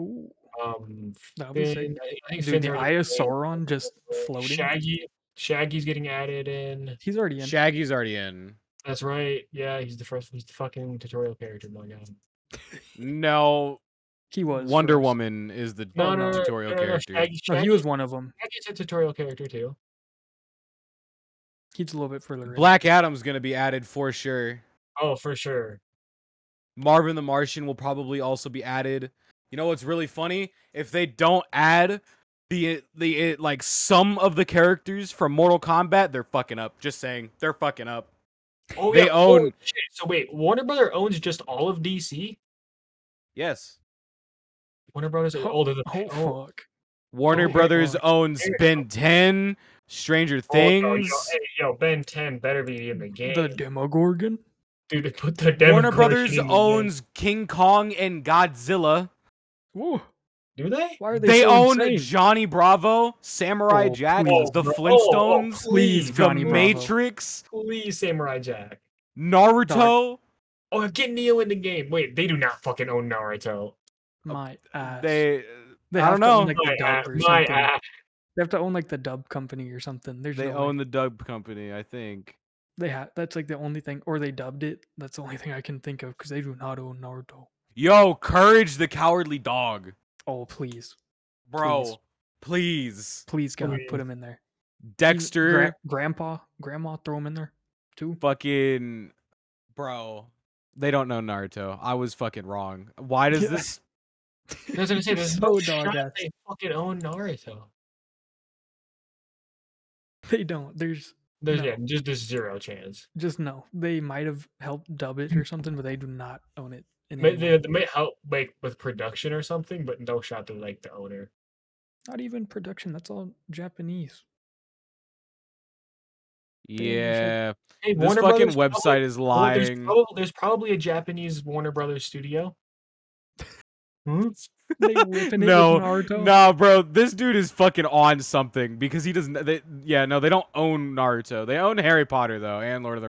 Ooh, Um, that was sick. Finn, I think- I think Dude, Finn's the already Eye of been Sauron just added. floating. Shaggy, Shaggy's getting added in. He's already in. Shaggy's already in. That's right. Yeah, he's the first. He's the fucking tutorial character. My Oh, God. No, he was Wonder first. Woman is the No, Oh, no, no. no, tutorial no, no, no, character. Shaggy, No, he Shaggy- was one of them. Shaggy's a tutorial character too. He's a little bit further. in. Black Adam's gonna be added for sure. Oh, for sure. Marvin the Martian will probably also be added. You know what's really funny? If they don't add the the like some of the characters from Mortal Kombat, they're fucking up. Just saying, they're fucking up. Oh, They yeah. holy own- shit. So wait, Warner Brother owns just all of DC. Yes. Warner Brothers. Ho- Oh, they're the Oh oh, fuck! Warner Oh, Brothers God. owns There you Ben 10, oh, Stranger yo, yo, Things. hey, yo, Ben Ten better be in the game. The Demogorgon. Dude, they put the Warner Demogorgon Brothers in the game. owns King Kong and Godzilla. Whoa. Do they? Why are They, they, so own insane? Johnny Bravo, Samurai Oh, Jack, please. The Oh, Flintstones, please, The Johnny Bravo. Matrix, Please, Samurai Jack. Naruto. Oh, get Neo in the game. Wait, they do not fucking own Naruto. My ass. They, They I have don't to own, know. like, the My dub ass, or my something. ass. They have to own like the dub company or something. There's They no own way. the dub company, I think. they ha- that's like the only thing, or they dubbed it. That's the only thing I can think of because they do not own Naruto. Yo, Courage the Cowardly Dog, Oh please, bro. Please, please God, Please. put him in there. Even Oh, Dexter, gra- grandpa, grandma, throw him in there too. fucking, bro. They don't know Naruto. I was fucking wrong. Why does Yeah. this? I was gonna say, there's so no dog shot ass. they fucking own Naruto. They don't. There's There's No. yeah, just there's zero chance. just no. They might have helped dub it or something, but they do not own it. in May, any they, way. they may help like with production or something, but no shot they're like the owner. Not even production. That's all Japanese. even said- Yeah, Hey, this fucking Brothers website probably- is well, there's lying. prob- there's probably a Japanese Warner Brothers studio. Hmm? They whipping No, it with Naruto. Nah, bro, this dude is fucking on something because he doesn't. They, yeah, no, they don't own Naruto. They own Harry Potter though, and Lord of the.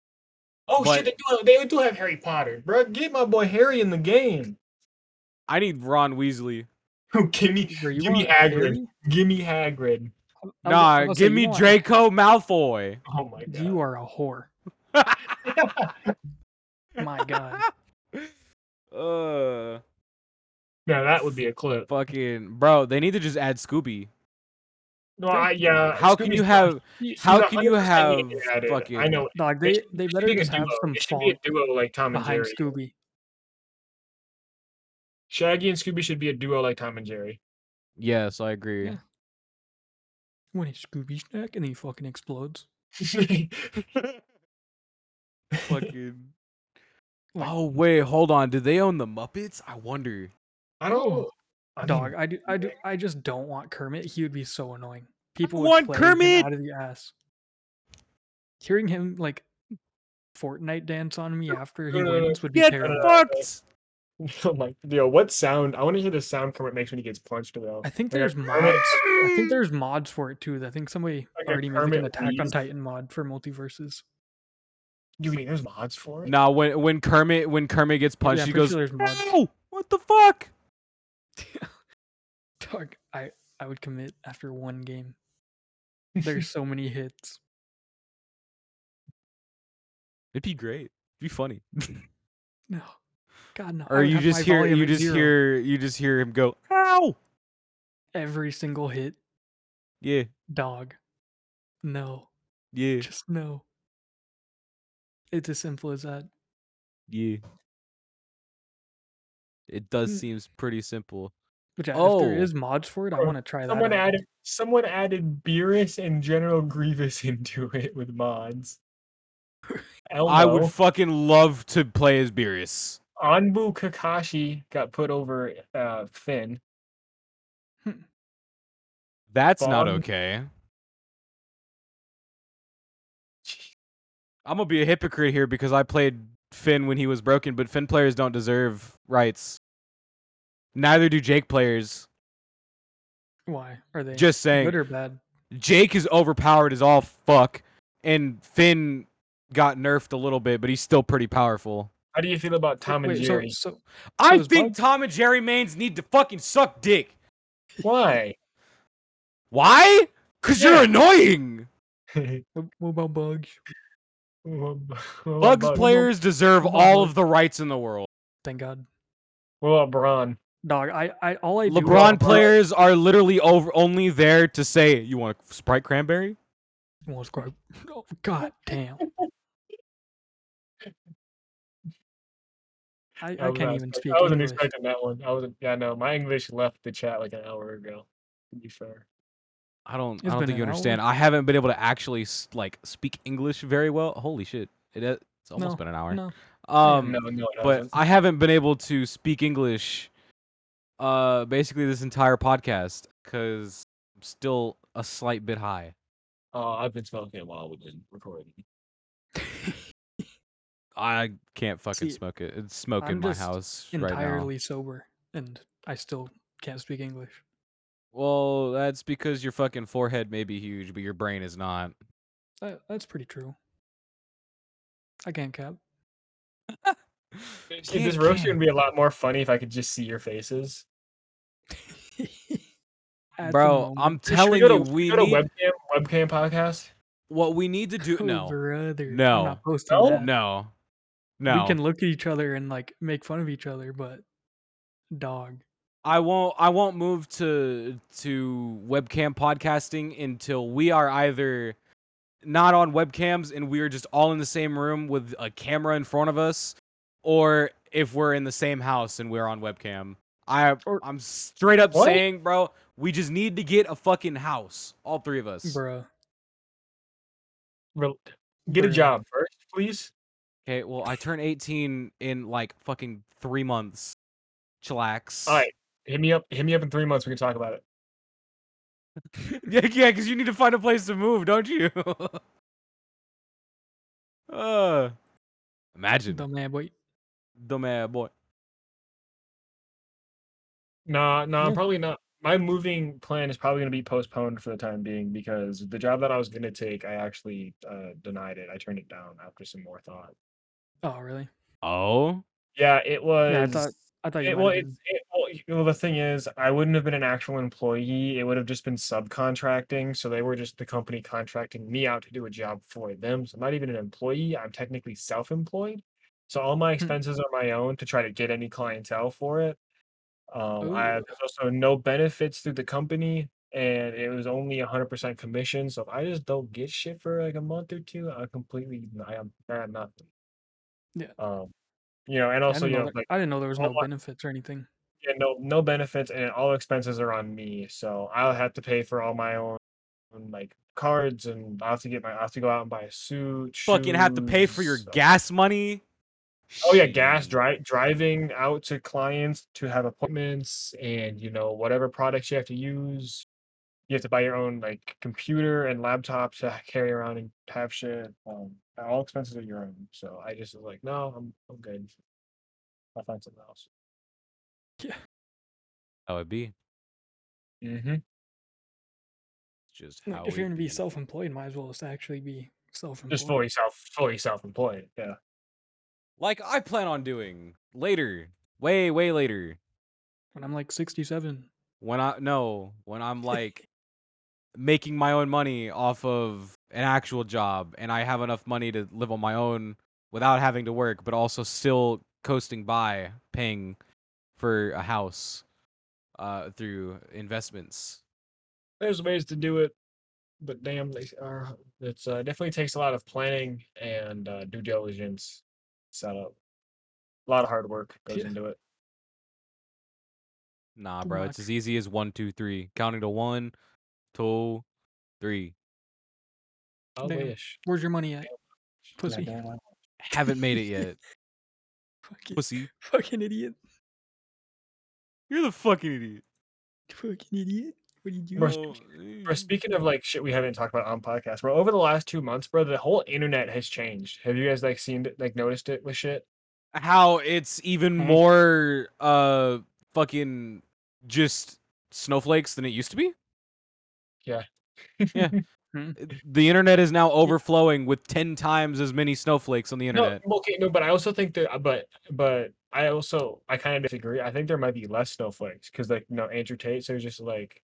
Oh But- shit, they do, have, they do have Harry Potter, bro. Get my boy Harry in the game. I need Ron Weasley. Oh, give me, Where you give me want Hagrid. Harry? Give me Hagrid. I'm- I'm- I'm Nah, gonna Oh, say give me you are- Draco Malfoy. Oh my god. You are a whore. My God. uh, now that would be a clip. fucking bro, they need to just add Scooby. No, I, yeah. How can Scooby's you not- have? You- How she's can you 100% have need to get added. fucking? I know. Dog, They they, should- they it should better be a just have duo. some It should be fall a duo like Tom and behind Jerry. Scooby. Shaggy and Scooby should be a duo like Tom and Jerry. Yes, I agree. Yeah. When he's Scooby Snack and he fucking explodes. Fucking. Like- Oh wait, hold on. Do they own the Muppets? I wonder. I don't. Oh, I mean, Dog, I do, I do, I just don't want Kermit. He would be so annoying. People would want play Kermit! him out of the ass. Hearing him like Fortnite dance on me after he no, no, no. wins would be Get terrible. fucked. I'm like, yo, what sound? I want to hear the sound Kermit makes when he gets punched, though. I Like think a there's Kermit- mods. I think there's mods for it too. I think somebody Like a already made like, Kermit an Attack on wheeze. Titan mod for multiverses. You mean there's mods for it? Nah, when when Kermit when Kermit gets punched, yeah, I'm he pretty goes, sure there's mods. "Ow! What the fuck?" Dog, I I would commit after one game. There's so many hits. It'd be great. It'd be funny. No, God no. I Or would you have just my hear volume you at just zero. hear you just hear him go, "Ow!" every single hit. Yeah, Dog, no, yeah, just no. It's as simple as that. yeah. It does seem pretty simple. Which yeah, if there Oh. is mods for it, I Or want to try that. Someone out. added someone added Beerus and General Grievous into it with mods. Oh, Elmo, I would fucking love to play as Beerus. Anbu Kakashi got put over uh, Finn. That's not Bond. okay. I'm gonna be a hypocrite here because I played Finn when he was broken, but Finn players don't deserve rights. Neither do Jake players. Why are they Just good saying, or bad? Jake is overpowered as all fuck, and Finn got nerfed a little bit, but he's still pretty powerful. How do you feel about Tom and Wait, so- Jerry? So, I is think Bug- Tom and Jerry mains need to fucking suck dick. Why? Why? Cause Yeah. you're annoying. what what about bugs? What ab- what Bugs about- players deserve Bug- all of the rights in the world. Thank God, What about Braun? dog. I I all I do. LeBron players are literally over only there to say, "You want a Sprite cranberry?" was grow. Oh, God damn. I, I was can't not even expect- speak I wasn't English. expecting that one. I wasn't. Yeah, no, my English left the chat like an hour ago. To be fair, I don't. It's I been don't think you an understand. hour. I haven't been able to actually s- like speak English very well. Holy shit! It, uh, it's almost No, been an hour. No, Um, no, no, it but hasn't. I haven't been able to speak English. Uh, basically this entire podcast because I'm still a slight bit high. Oh, I've been smoking while we've been recording. I can't fucking See, smoke it. It's smoke I'm in my just house right now. entirely sober, and I still can't speak English. Well, that's because your fucking forehead may be huge, but your brain is not. That, that's pretty true. I can't cap. See, this roast would be a lot more funny if I could just see your faces. At the Bro, moment. I'm Should telling go to- you, should we go to need, webcam webcam podcast. what we need to do. Oh, No, brother. I'm No. not posting No? that. no, no. We can look at each other and like make fun of each other, but dog. I won't. I won't move to to webcam podcasting until we are either not on webcams and we are just all in the same room with a camera in front of us, or if we're in the same house and we're on webcam. I Or- I'm straight up What? saying, bro, we just need to get a fucking house, all three of us. Bruh. Rel- Get a Bruh. job first, please. Okay, well, I turn 18 in like fucking three months. Chillax. All right, hit me up. Hit me up in three months. We can talk about it. yeah, yeah, because you need to find a place to move, don't you? uh, imagine. Dumb man, boy. Dumb ass boy. Nah, nah, Yeah. probably not. My moving plan is probably going to be postponed for the time being because the job that I was going to take, I actually uh, denied it. I turned it down after some more thought. Oh, really? Oh? Yeah, it was. Yeah, I thought I thought you It, might well, have it, been- it, well, y- well, the thing is, I wouldn't have been an actual employee. It would have just been subcontracting. So they were just the company contracting me out to do a job for them. So I'm not even an employee. I'm technically self employed. So all Hmm. my expenses are my own to try to get any clientele for it. Um, I, Ooh. there's also no benefits through the company. And it was only 100% commission. So if I just don't get shit for like a month or two, I completely, I am I am nothing. Yeah. Um, you know, and I also, didn't you know know, there- like, I didn't know there was all no my- benefits or anything. yeah, no, no benefits, and all expenses are on me. So I'll have to pay for all my own, like cards, and I will have to get my, I will have to go out and buy a suit. Fucking have to pay for your shoes, uh, gas money. Oh yeah, gas Shit. drive driving out to clients to have appointments, and you know whatever products you have to use. You have to buy your own like computer and laptop to carry around and have shit. Um, all expenses are your own. So I just was like, no, I'm I'm good. I'll find something else. How it be? Mm-hmm. Just Like, how if it you're gonna be be. self-employed, might as well just actually be self-employed. Just fully self fully self employed. Yeah. like I plan on doing later, way way later. When I'm like 67, When I no, when I'm like making my own money off of an actual job and I have enough money to live on my own without having to work, but also still coasting by paying for a house uh, through investments. there's ways to do it, but damn, they are. It's uh, definitely takes a lot of planning and uh, due diligence setup. A lot of hard work goes Yeah. into it. Nah, Too bro, much. it's as easy as one, two, three. Counting to one, two, three. I Damn. wish. where's your money at? Yeah, Pussy. damn, I- Haven't made it yet. Fucking, Pussy. fucking idiot. You're the fucking idiot. Fucking idiot. What are you doing? Bro, Oh, Bro, speaking of like shit we haven't talked about on podcast, bro, over the last two months, bro, the whole internet has changed. Have you guys like seen it, like noticed it with shit? how it's even Mhm. Mm-hmm. more uh fucking just snowflakes than it used to be. Yeah. Hmm. Yeah. Mhm. Uh, The internet is now overflowing with 10 times as many snowflakes on the internet. No, okay, no, but I also think that, uh, but but I also I kind of disagree. I think there might be less snowflakes because like you know Andrew Tate, so he's just like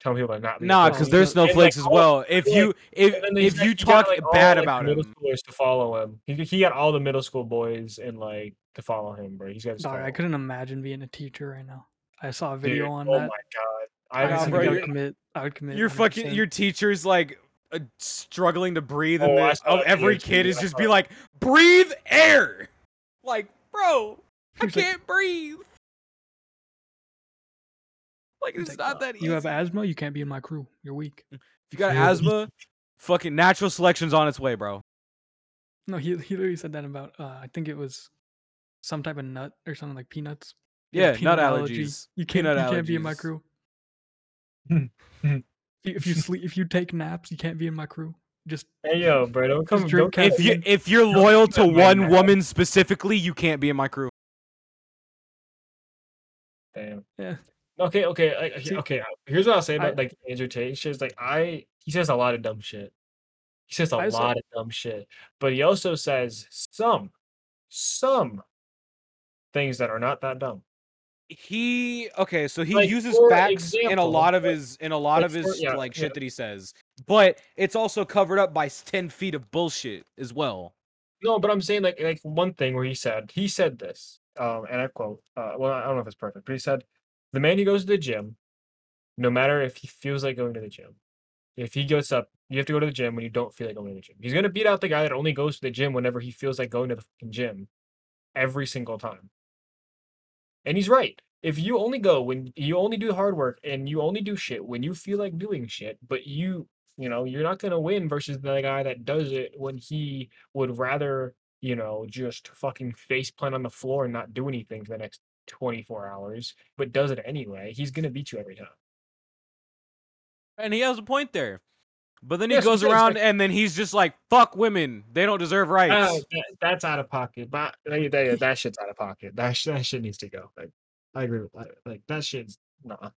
telling people to not. be a Nah, pussy. because Oh, there's yeah. And, like, snowflakes as all- well. If like- you if And then they if said you he got, talk like, all, bad like, about the middle him, schoolers to follow him. He, he got all the middle school boys and like to follow him, bro. He's got. his Dog, I following. couldn't imagine being a teacher right now. I saw a Dude, video on oh that. my god! I I Nah, haven't seen honestly think I bro, video. would you're- commit. I would commit. your fucking 100%. your teacher's like uh, struggling to breathe, and Oh, I the, saw of that every video, kid too. is I just saw be that. like, "Breathe air," like, bro, I He's like- can't breathe. Like "Uh, he's it's like, not that easy. You have asthma. You can't be in my crew. You're weak. If you got Yeah. asthma, fucking natural selection's on its way, bro. No, he he literally said that about. Uh, I think it was some type of nut or something like peanuts. You Yeah, have nut allergies. You can't. Peanut you can't be in my allergies. crew. If you sleep, if you take naps, you can't be in my crew. Just Hey yo, bro, don't come. Don't drink come If you Caffeine. if you're loyal to that way, one man. woman specifically, you can't be in my crew. Damn. yeah. Okay, okay, I, I- See- okay. uh, Here's what I'll say I- about like Andrew Tate. It's just like I, he says a lot of dumb shit. He says a I also- lot of dumb shit, but he also says some, some things that are not that dumb. He okay, so he Like, uses for facts in a example, lot of like- his in a lot like, of his for- yeah, like yeah. shit that he says, but it's also covered up by s- ten feet of bullshit as well. No, but I'm saying like like one thing where he said he said this, um, and I quote, uh, well, I don't know if it's perfect, but he said, "The man who goes to the gym, no matter if he feels like going to the gym, if he gets up, you have to go to the gym when you don't feel like going to the gym. He's gonna beat out the guy that only goes to the gym whenever he feels like going to the fucking gym, every single time." And he's right. If you only go when you only do hard work and you only do shit when you feel like doing shit, but you you know you're not gonna win versus the guy that does it when he would rather, you know, just fucking face plant on the floor and not do anything for the next 24 hours, but does it anyway, he's going to beat you every time. And he has a point there. But then he Yes, goes yes, around like- and then he's just like, "Fuck women, they don't deserve rights." Oh, that- that's out of pocket. But that, that, that shit's out of pocket. That, sh- that shit needs to go. Like, I agree with that. Like, that shit's nah.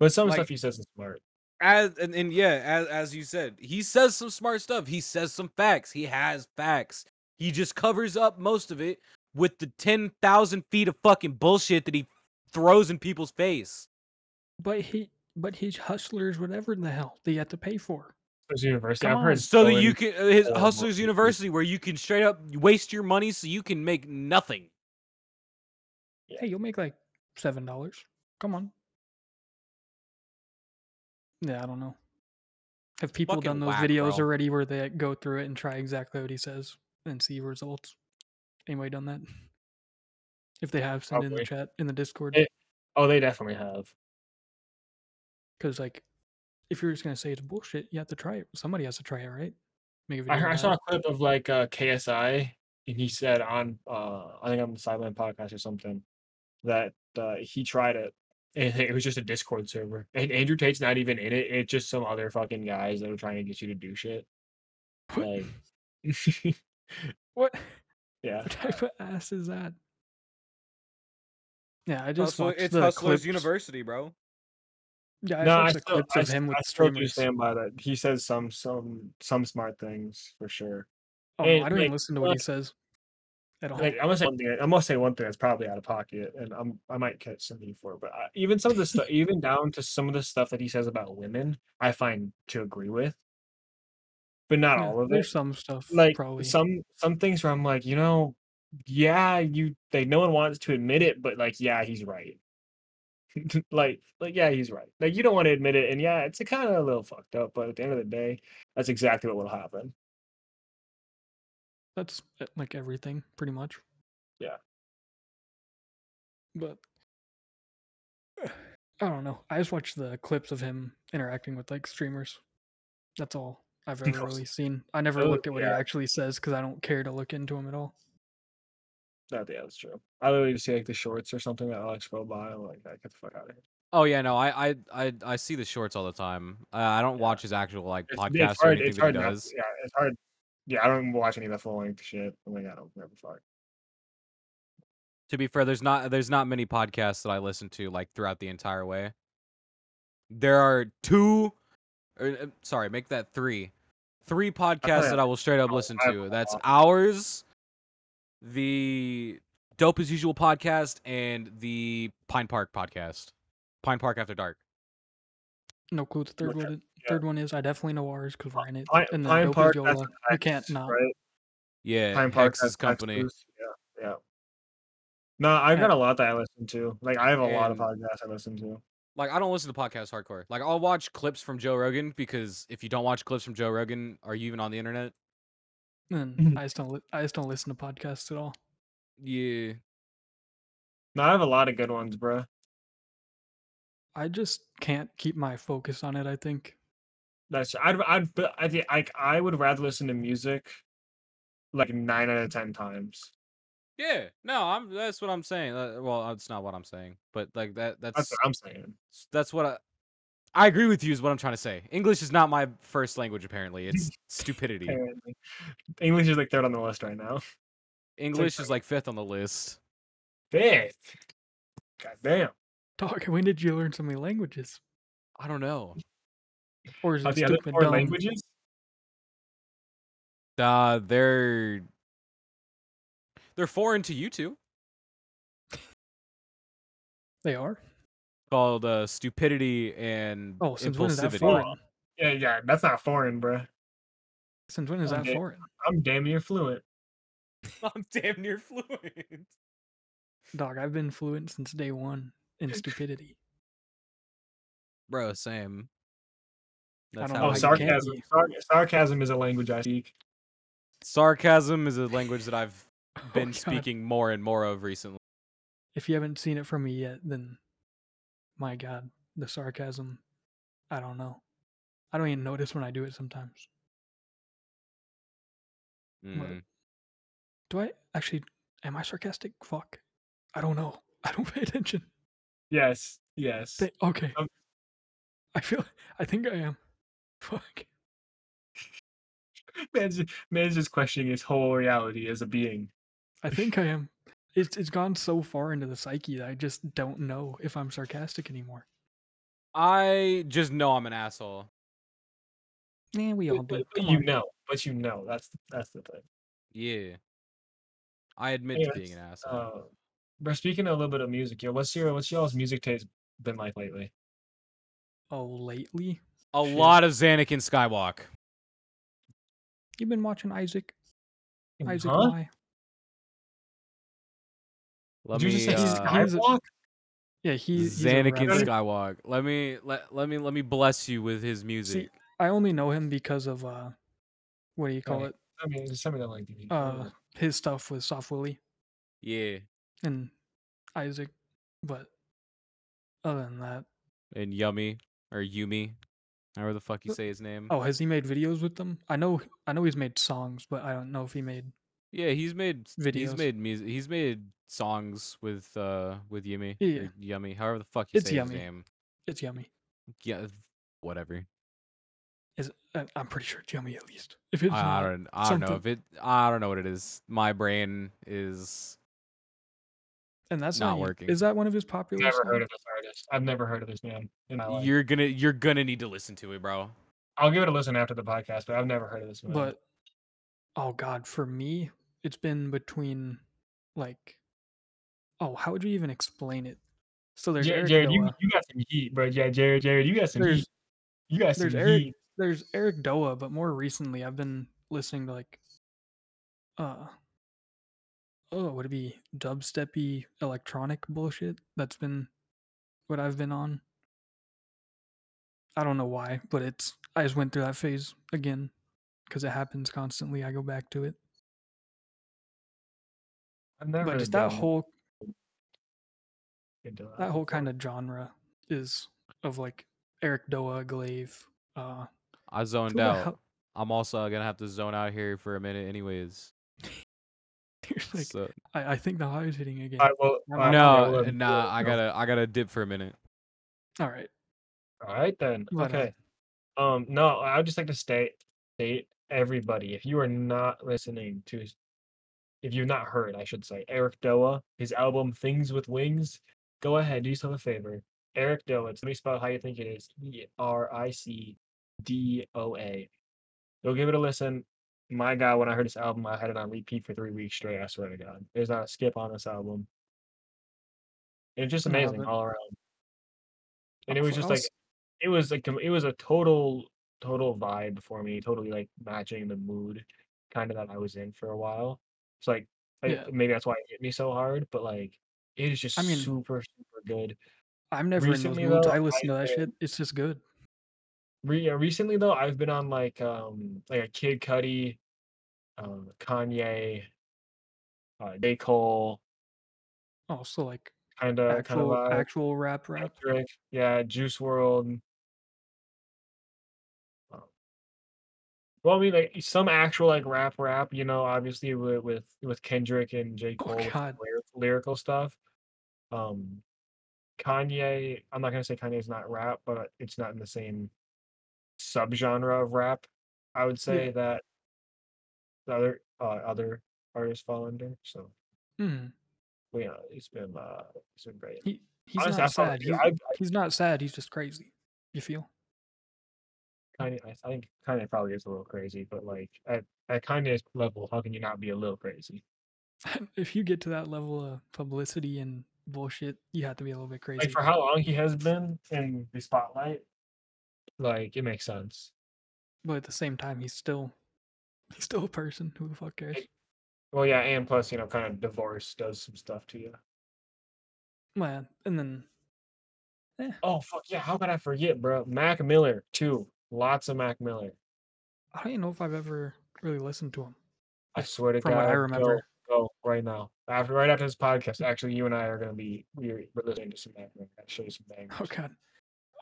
But some Like- stuff he says is smart. as and, and yeah, as as you said, he says some smart stuff. He says some facts. He has facts. He just covers up most of it with the ten thousand feet of fucking bullshit that he throws in people's face. But he, but his hustlers, whatever the hell they have to pay for. There's university. Come I've heard on. So that you Dylan- can uh, his all Hustlers multiple- University, where you can straight up waste your money so you can make nothing. Hey, you'll make like seven dollars. Come on. Yeah, I don't know. Have people Fucking done those whack, videos bro. already where they go through it and try exactly what he says and see results? Anybody done that? If they have, send it in the Probably. chat in the Discord. It- Oh, they definitely have. Because like, if you're just gonna say it's bullshit, you have to try it. Somebody has to try it, right? Make a I, video heard, I about saw it. a clip of like uh, KSI, and he said on uh, I think on the Sideline podcast or something that uh, he tried it, and it was just a Discord server, and Andrew Tate's not even in it. It's just some other fucking guys that are trying to get you to do shit. What- Like, What? yeah, What type of ass is that? Yeah, I just watched it's the Hustlers clips. University, bro. Yeah, I no, I watched the still, clips I, of him st- with I still do streamers. stand by that. He says some some some smart things for sure. Oh, And, I don't like, even listen to what uh, he says at all. like I'm gonna say one thing. I'm gonna say one thing that's probably out of pocket, and I'm I might catch somebody for it. But I, even some of the stuff, even down to some of the stuff that he says about women, I find to agree with, but not Yeah, all of there's it. some stuff Like probably. some some things where I'm like, you know, yeah, you like no one wants to admit it, but like, yeah, he's right. like like yeah, he's right. Like you don't want to admit it, and yeah, it's a kind of a little fucked up. But at the end of the day, that's exactly what will happen. That's uh, like everything pretty much. Yeah. But I don't know. I just watched the clips of him interacting with like streamers. That's all I've No, ever s- really seen. I never those- looked at what he yeah. actually says because I don't care to look into him at all. That yeah, that's true. I literally just see like the shorts or something that Alex go by. I'm like, "Ah, get the fuck out of here. Oh yeah, no, I I I, I see the shorts all the time. Uh, I don't watch his actual like It's, podcast it's or hard. anything It's that he hard. Not, does. yeah, it's hard. Yeah, I don't watch any of the full length shit. I'm like, I don't give a fuck. to be fair there's not there's not many podcasts that i listen to like throughout the entire way there are two or, uh, sorry make that three three podcasts yeah. that i will straight up Oh, listen I- to that's ours the dope as usual podcast and the pine park podcast pine park after dark No clue what the third Look one. at- is- yeah. Third one is. I definitely know ours because we're in it. Pine, and then Pine Dope Park. Yola, That's an you can't Axis, not. Right? yeah Pine Park. Hex's that's company Axis, Yeah, yeah. No, I've got Yeah. a lot that I listen to. Like, I have a lot of And- podcasts I listen to. like I don't listen to podcasts hardcore. Like I'll watch clips from Joe Rogan because if you don't watch clips from Joe Rogan, are you even on the internet? And I just don't. Li- I just don't listen to podcasts at all. Yeah. No, I have a lot of good ones, bro. I just can't keep my focus on it. I think. That's I'd I'd but I think I I would rather listen to music, like nine out of ten times. Yeah, no, I'm. That's what I'm saying. Uh, well, that's not what I'm saying, but like that. That's That's what I'm saying. that's what I. I agree with you. Is what I'm trying to say. English is not my first language. Apparently, it's stupidity. Apparently, English is like third on the list right now. English is like fifth on the list. Fifth. God damn. Dog, when did you learn so many languages? I don't know. Or is Are it the other stupid four dumb? languages? Uh, they're they're foreign to you two. They are. Called uh, stupidity and Oh, since when is that impulsivity. foreign? Yeah, yeah, that's not foreign, bruh. Since when is that Okay. foreign? I'm damn near fluent. I'm damn near fluent. Dog, I've been fluent since day one in stupidity. Bro, same. That's don't know how Oh, how I- you can't sarcasm. be. Sar- sarcasm is a language I speak. sarcasm is a language that I've Oh, been God. speaking more and more of recently. If you haven't seen it from me yet, then my God, the sarcasm. I don't know. I don't even notice when I do it sometimes. Well, Mm. Do I actually? Am I sarcastic? Fuck. I don't know. I don't pay attention. Yes, yes. Th- okay. Um, I feel. I think I am. Fuck. Man's, man's just questioning his whole reality as a being. I think I am. It's it's gone so far into the psyche that I just don't know if I'm sarcastic anymore. I just know I'm an asshole. Nah, we all But, do. but Come you on. know, but you know, that's the- that's the thing. Yeah. I admit to being an asshole. Uh, but speaking a little bit of music, yo, what's your what's y'all's music taste been like lately? Oh, lately a uh, shit. lot of Xanakin Skywalk. you've been watching Isaac. Isaac Huh? Lai. Let Did you just me say he's- uh, he's a- Skywalk? Yeah, he, he's a Xanakin rapper. Skywalk. Let me let, let me let me bless you with his music. I only know him because of uh, what do you call Right. it? I mean, just something like DVD. Uh, his stuff with Soft Willie yeah. and Isaac, but other than that, And Yummy or Yumi. However the fuck you say his name. oh, has he made videos with them? I know, I know he's made songs, but I don't know if he made. Yeah, he's made He's Videos. made music. He's made songs with uh with Yumi. Yeah. or Yummy. However the fuck you It's say Yummy. his name. It's yummy. Yeah. Whatever. Is it- uh, I'm pretty sure it's yummy at least. If it's I not, don't. I don't know if something- it. I don't know what it is. My brain is. and that's not not working. working. Is that one of his popular? never heard songs? of this artist. I've never heard of this man in my life. You're gonna. You're gonna need to listen to it, bro. I'll give it a listen after the podcast, but I've never heard of this man. But oh god, for me, it's been between like oh, how would you even explain it? So there's Jared, Eric Jared you, Doa. you got some heat, bro. Yeah, Jared, Jared, you got some There's- heat. You got some there's Eric- heat. There's Eric Doa, but more recently I've been listening to like uh oh, would it be dubsteppy electronic bullshit? That's been what I've been on. I don't know why, but it's I just went through that phase again because it happens constantly. I go back to it. I've never But heard just of that Dylan. whole Good Dylan. that whole kind of genre is of like Eric Doa, Glaive. Uh, I zoned who the out. hell- I'm also gonna have to zone out here for a minute, anyways. You're like, so- I, I think the high is hitting again. All right, well, No, all right, well, no, well, nah. well, I gotta. I gotta dip for a minute. All right. All right then. Why not? okay. Um, no, I would just like to state state everybody. If you are not listening to, his- if you've not heard, I should say Eric Doa, his album Things with Wings. Go ahead, do yourself a favor. Eric Doa. It's let me spell how you think it is. E R I C D O A. Go give it a listen. My God, when I heard this album, I had it on repeat for three weeks straight. I swear to God, there's not a skip on this album. It's just No, amazing but- all around. And it was For just like us- it was like com- it was a total total vibe for me totally like matching the mood kind of that i was in for a while it's like I, Yeah. maybe that's why it hit me so hard but like it is just I mean, super super good I'm never recently, in those moods. though, I listen to I've that shit. It's just good. Re- uh, recently though i've been on like um like a kid cuddy um kanye uh day cole Also, like kind of kind of actual vibe actual rap rap. Kendrick, yeah juice world Um Well, I mean, like some actual like rap, rap. You know, obviously with with, with Kendrick and J. Oh, Cole, with God. lyri- lyrical stuff. Um, Kanye. I'm not gonna say Kanye's not rap, but it's not in the same subgenre of rap. I would say that the other uh, other artists fall under. So Hmm. yeah, it's been uh, it's been great. He's Honestly, I not saw that sad. too. He's, I- I- he's not sad. He's just crazy. You feel? Kanye, I think Kanye probably is a little crazy, but like at, at Kanye's level, how can you not be a little crazy? if you get to that level of publicity and bullshit, you have to be a little bit crazy. Like for how long he has been in the spotlight, like it makes sense. but at the same time, he's still he's still a person. Who the fuck cares? Hey. Well, yeah, and plus, you know, kind of divorce does some stuff to you. Man, and then Oh fuck yeah! How could I forget, bro? Mac Miller too. Lots of Mac Miller. I don't even know if I've ever really listened to him. I swear to From God. what I go- remember. Go, right now. After right after this podcast, actually, you and I are gonna be we're, we're listening to some Mac Miller. I'll show you some bangers. Oh god.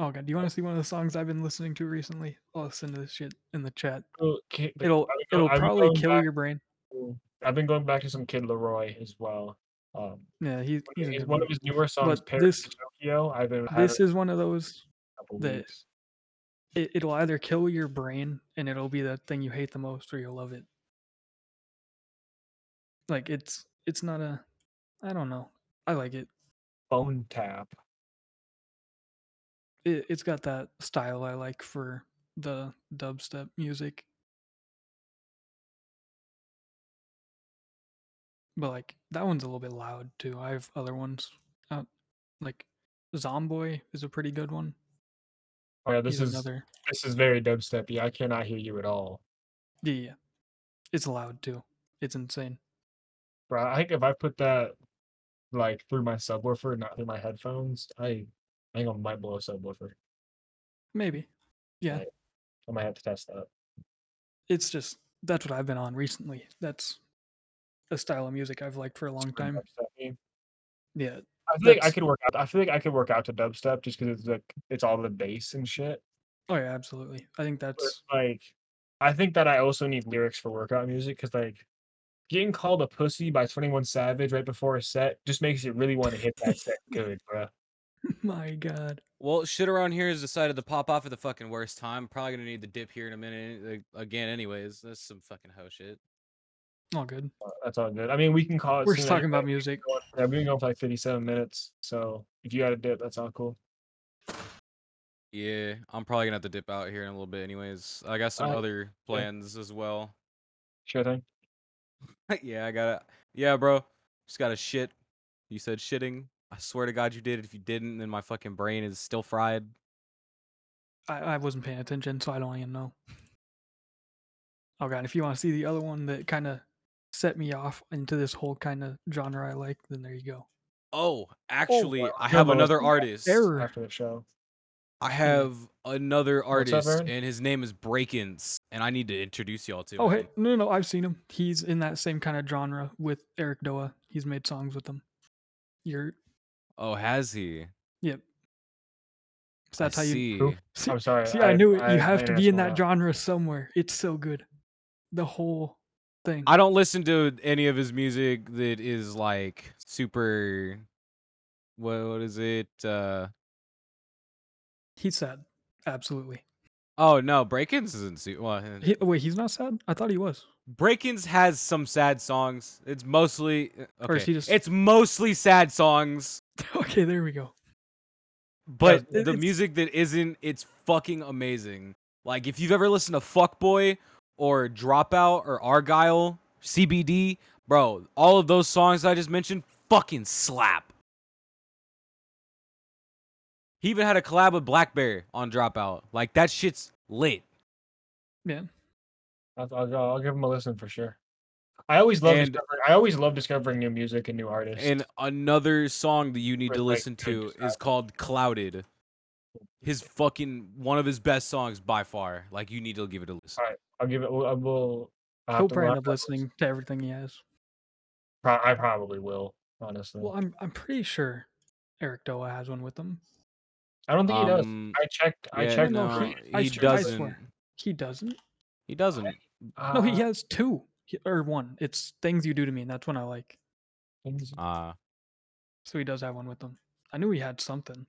Oh god. Do you want to see one of the songs I've been listening to recently? I'll send this shit in the chat. Go- ki- the- It'll I've been go- it'll I've been probably going kill back your brain. to- I've been going back to some Kid Leroy as well. Um, Yeah, he's, he's a his- good one one. of his newer songs, But Paris this- to Tokyo. I've been having This it is one of those a couple the- weeks. it, it'll either kill your brain and it'll be the thing you hate the most or you'll love it like it's it's not a i don't know i like it, Bone Tap. it it's got that style i like for the dubstep music but like that one's a little bit loud too i have other ones out like zomboy is a pretty good one Oh yeah, this He's is another this is very dubsteppy. I cannot hear you at all, yeah yeah it's loud too it's insane bro. I think if I put that like through my subwoofer, not through my headphones, I I think I might blow a subwoofer. maybe yeah Right. I might have to test that. it's just that's what I've been on recently. That's a style of music I've liked for a long Pretty time. dubstep-y. Yeah, I feel like I That's- could work out. I feel like I could work out to dubstep just because it's like it's all the bass and shit. oh yeah, absolutely. I think but, that's like I think that I also need lyrics for workout music because like getting called a pussy by Twenty One Savage right before a set just makes you really want to hit that set good, bro. my god. Well, shit around here has decided to pop off at the fucking worst time. Probably gonna need to dip here in a minute uh, again. Anyways, that's some fucking hoe shit. All good. That's all good. I mean, we can call it. soon We're just talking anyway. about music. Yeah, we've been going for like fifty-seven minutes, so if you got a dip, that's all cool. Yeah, I'm probably gonna have to dip out here in a little bit. Anyways, I got some Alright, other plans as well. Sure thing. yeah, I gotta. Yeah, bro, just gotta shit. You said shitting. I swear to God, you did. If you didn't, then my fucking brain is still fried. I, I wasn't paying attention, so I don't even know. Oh god, if you want to see the other one that kind of set me off into this whole kind of genre I like, then there you go. Oh, actually, wow. I You're have the another most- artist. Error. After the show, I have another What's up, artist, Aaron? and his name is Breakins, and I need to introduce y'all to Oh him. hey, no, no, no, I've seen him. He's in that same kind of genre with Eric Doa. He's made songs with him. You're Oh, has he? yep. So that's I how you see. Who? See, I'm sorry. see, I, knew it. I- you have I to be in messed that up. genre somewhere. It's so good. The whole thing. I don't listen to any of his music that is like super. What, what is it? Uh, He said, absolutely. oh no, Breakins isn't. Su- well, eh, He, wait, he's not sad? I thought he was. Breakins has some sad songs. It's mostly eh, Or is okay. he just- It's mostly sad songs, okay, there we go. but it- the it's- music that isn't, it's fucking amazing. Like if you've ever listened to Fuckboy or Dropout or Argyle, CBD, bro, all of those songs I just mentioned fucking slap. He even had a collab with Black Bear on Dropout. Like that shit's lit. I'll, I'll, go- I'll give him a listen for sure. I always love. And- discovering- I always love discovering new music and new artists. And another song that you need Or, to like, listen good to is stuff. called Clouded. His fucking one of his best songs by far. Like you need to give it a listen. I'll give it. I will. I'll have He'll to probably learn end up that listening to everything he has. Pro- I probably will, honestly. Well, I'm I'm pretty sure Eric Doa has one with him. I don't think he does. Um, I checked. I yeah, checked. no, the- he- I he swear- I doesn't. swear. He doesn't. He doesn't. uh, no, he has two he, or one. It's things you do to me, and that's one I like. things- Uh, So he does have one with him. I knew he had something.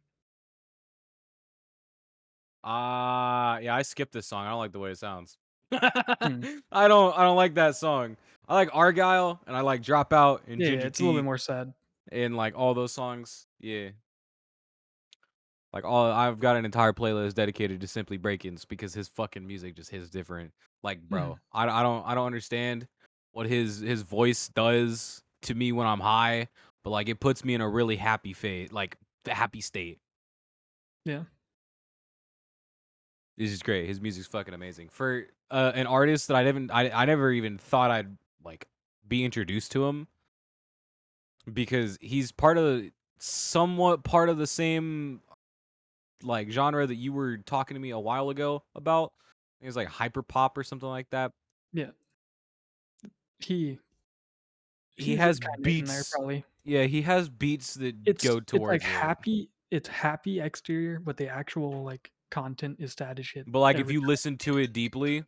uh yeah, I skipped this song. I don't like the way it sounds. Mm. I don't I don't like that song. I like Argyle and I like Dropout and Yeah, yeah, Ginger it's a little Tea bit more sad. and like all those songs. Yeah. Like all I've got an entire playlist dedicated to simply break-ins because his fucking music just hits different. Like, bro, I, I don't I don't understand what his his voice does to me when I'm high, but like it puts me in a really happy phase, like the happy state. Yeah. This is great. His music's fucking amazing. For uh, an artist that I didn't I I never even thought I'd like be introduced to him because he's part of the somewhat part of the same like genre that you were talking to me a while ago about. It was like hyper pop or something like that. He He he's has kinda in there beats probably. Yeah, he has beats that It's go it's like towards it. happy. It's happy exterior, but the actual like content is sad as shit. But like if every you time. listen to it deeply,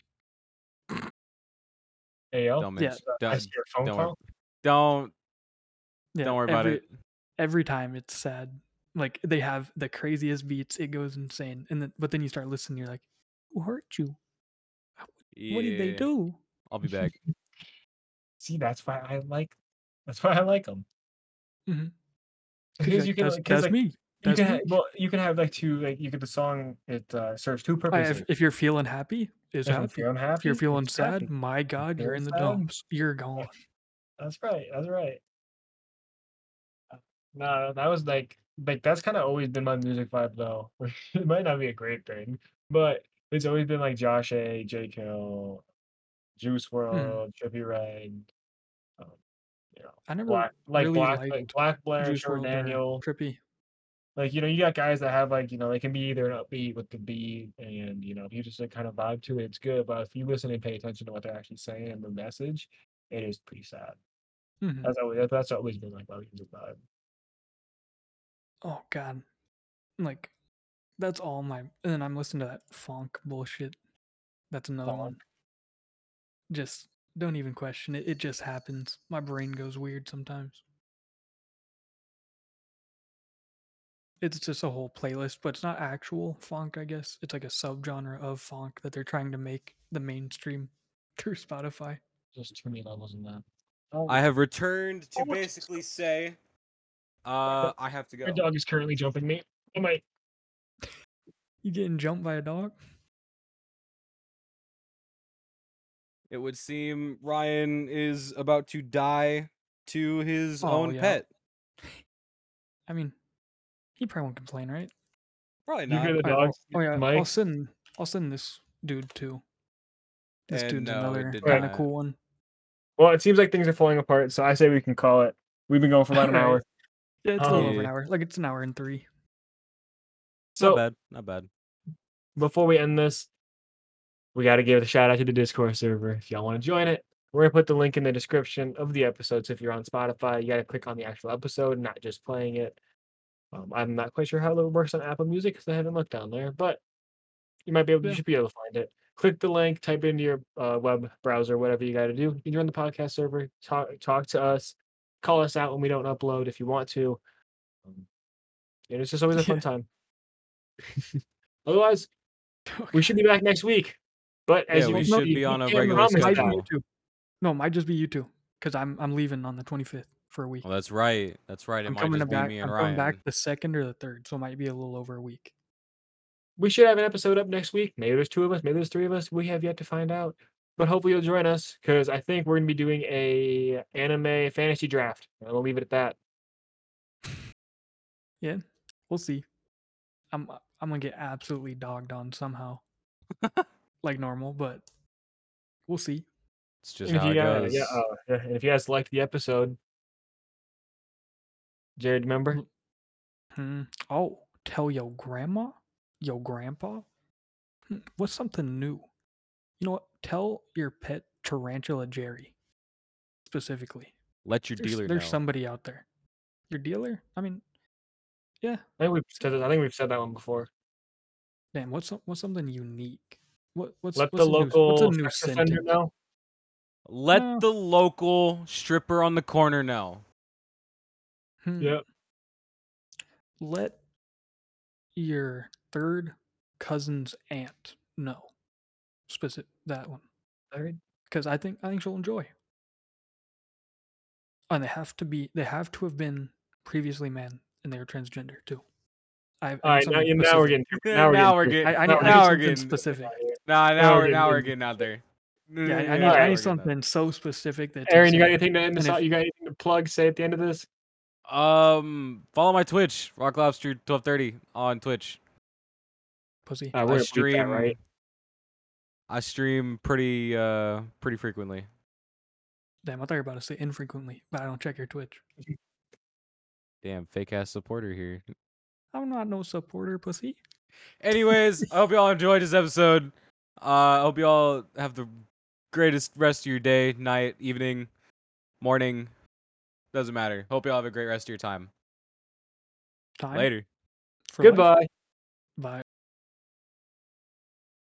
Hey, yo. don't mention, I don't, see your phone don't worry. call. don't Yeah, don't worry about every- it. every time it's sad. Like they have the craziest beats, it goes insane. And then but then you start listening, you're like, Who hurt you? What did they Yeah, do? I'll be back. See, that's why I like. That's why I like them. Mhm. He's Because like, you can, that's, because that's like, me. you That's can me. have, well, you can have like two, like you could the song it uh, serves two I- purposes. if, if you're feeling happy, is If I'm happy. feeling If happy, you're feeling it's sad, happy. my God, you're feeling in the sad, dumps. You're gone. That's right. That's right. No, that was like like that's kind of always been my music vibe though. it might not be a great thing, but it's always been like Josh A, J Cole, Juice Hmm. World, Trippie Red, um, you know, I never Black like really Black like liked Black Blair, Juice Sure WRLD or Daniel. Trippy. Like you know, you got guys that have like you know they can be either an upbeat with the beat, and you know if you just like kind of vibe to it, it's good. But if you listen and pay attention to what they're actually saying and the message, it is pretty sad. Mhm. That's always that's always been like my music vibe. Oh God, like that's all my. And then I'm listening to that funk bullshit. That's another one. Just don't even question it. It just happens. My brain goes weird sometimes. It's just a whole playlist, but it's not actual funk, I guess. It's like a subgenre of funk that they're trying to make the mainstream through Spotify. Just too many levels in that. Oh, I have returned to Oh, my- basically say, uh, I have to go. my dog is currently jumping me. Oh my! You getting jumped by a dog? It would seem Ryan is about to die to his Oh, own yeah. pet. I mean, he probably won't complain, right? Probably You not. hear the I- I'll- dogs? oh yeah, I'll Mike? send I'll send this dude too. This And dude's no, it another did kind of not. cool one. Well, it seems like things are falling apart, so I say we can call it. We've been going for about an Alright. hour. Yeah, it's a little over an Yeah. hour. Like it's an hour and three. not So bad. Not bad. before we end this, we got to give a shout out to the Discord server. If y'all want to join it, we're gonna put the link in the description of the episode. So if you're on Spotify, you got to click on the actual episode, not just playing it. Um, I'm not quite sure how it works on Apple Music because I haven't looked down there, but you might be able, Yeah. you should be able to find it. Click the link, type it into your uh, web browser, whatever you got to do. You can join the podcast server, talk talk to us, call us out when we don't upload if you want to. Um, and it's just always a fun Yeah. time. Otherwise, we should be back next week. But as Yeah, you we can should see, be on a can't regular promise that. might be you schedule. two. No, it might just be you two. Because I'm I'm leaving on the twenty fifth for a week. Well, that's right. That's right. It I'm might coming just be back. me I'm and coming Ryan. back the second or the third, so it might be a little over a week. We should have an episode up next week. Maybe there's two of us. Maybe there's three of us. We have yet to find out. But hopefully you'll join us because I think we're gonna be doing a anime fantasy draft. I'm gonna leave it at that. We'll see. I'm uh, I'm gonna get absolutely dogged on somehow, like normal, but we'll see. It's just And if how you it guys, goes. yeah, uh, yeah, and if you guys liked the episode, Jared, remember? Mm. Hmm. Oh, tell your grandma, your grandpa. Hmm, What's something new? You know what? Tell your pet tarantula Jerry specifically. Let your There's, dealer there's know. somebody out there. Your dealer? I mean, I think we've said that, I think we've said that one before. damn. What's some- what's something unique? What what's Let what's the a new, what's a local new sex offender sentence? know. Let No. the local stripper on the corner know. Hmm, Yep. Let your third cousin's aunt know. Specific that one. Alright. because I think I think she'll enjoy. And they have to be they have to have been previously men and they were transgender too. I, I need All right, now, something you, now we're specific. getting now, we're into it. getting. I, I, no, need, we need I need now we're something getting. specific. Nah, now now we're we're now we're getting- getting out there. Yeah, I- I need, Mm, yeah, I we're need something so specific that. Aaron, you takes got me- anything to end this And if- out? You got anything to plug? Say at the end of this. Um, follow my Twitch, Rock Lobster twelve thirty on Twitch. pussy. Uh, I we're gonna bleep stream. that, right? I stream pretty uh pretty frequently. Damn, I thought you were about to say infrequently, but I don't check your Twitch. Mm-hmm. Damn, fake ass supporter here. I'm not no supporter, pussy. Anyways, I hope y'all enjoyed this episode. Uh, I hope y'all have the greatest rest of your day, night, evening, morning. Doesn't matter. Hope y'all have a great rest of your time. Time Later. for life. Goodbye. Bye.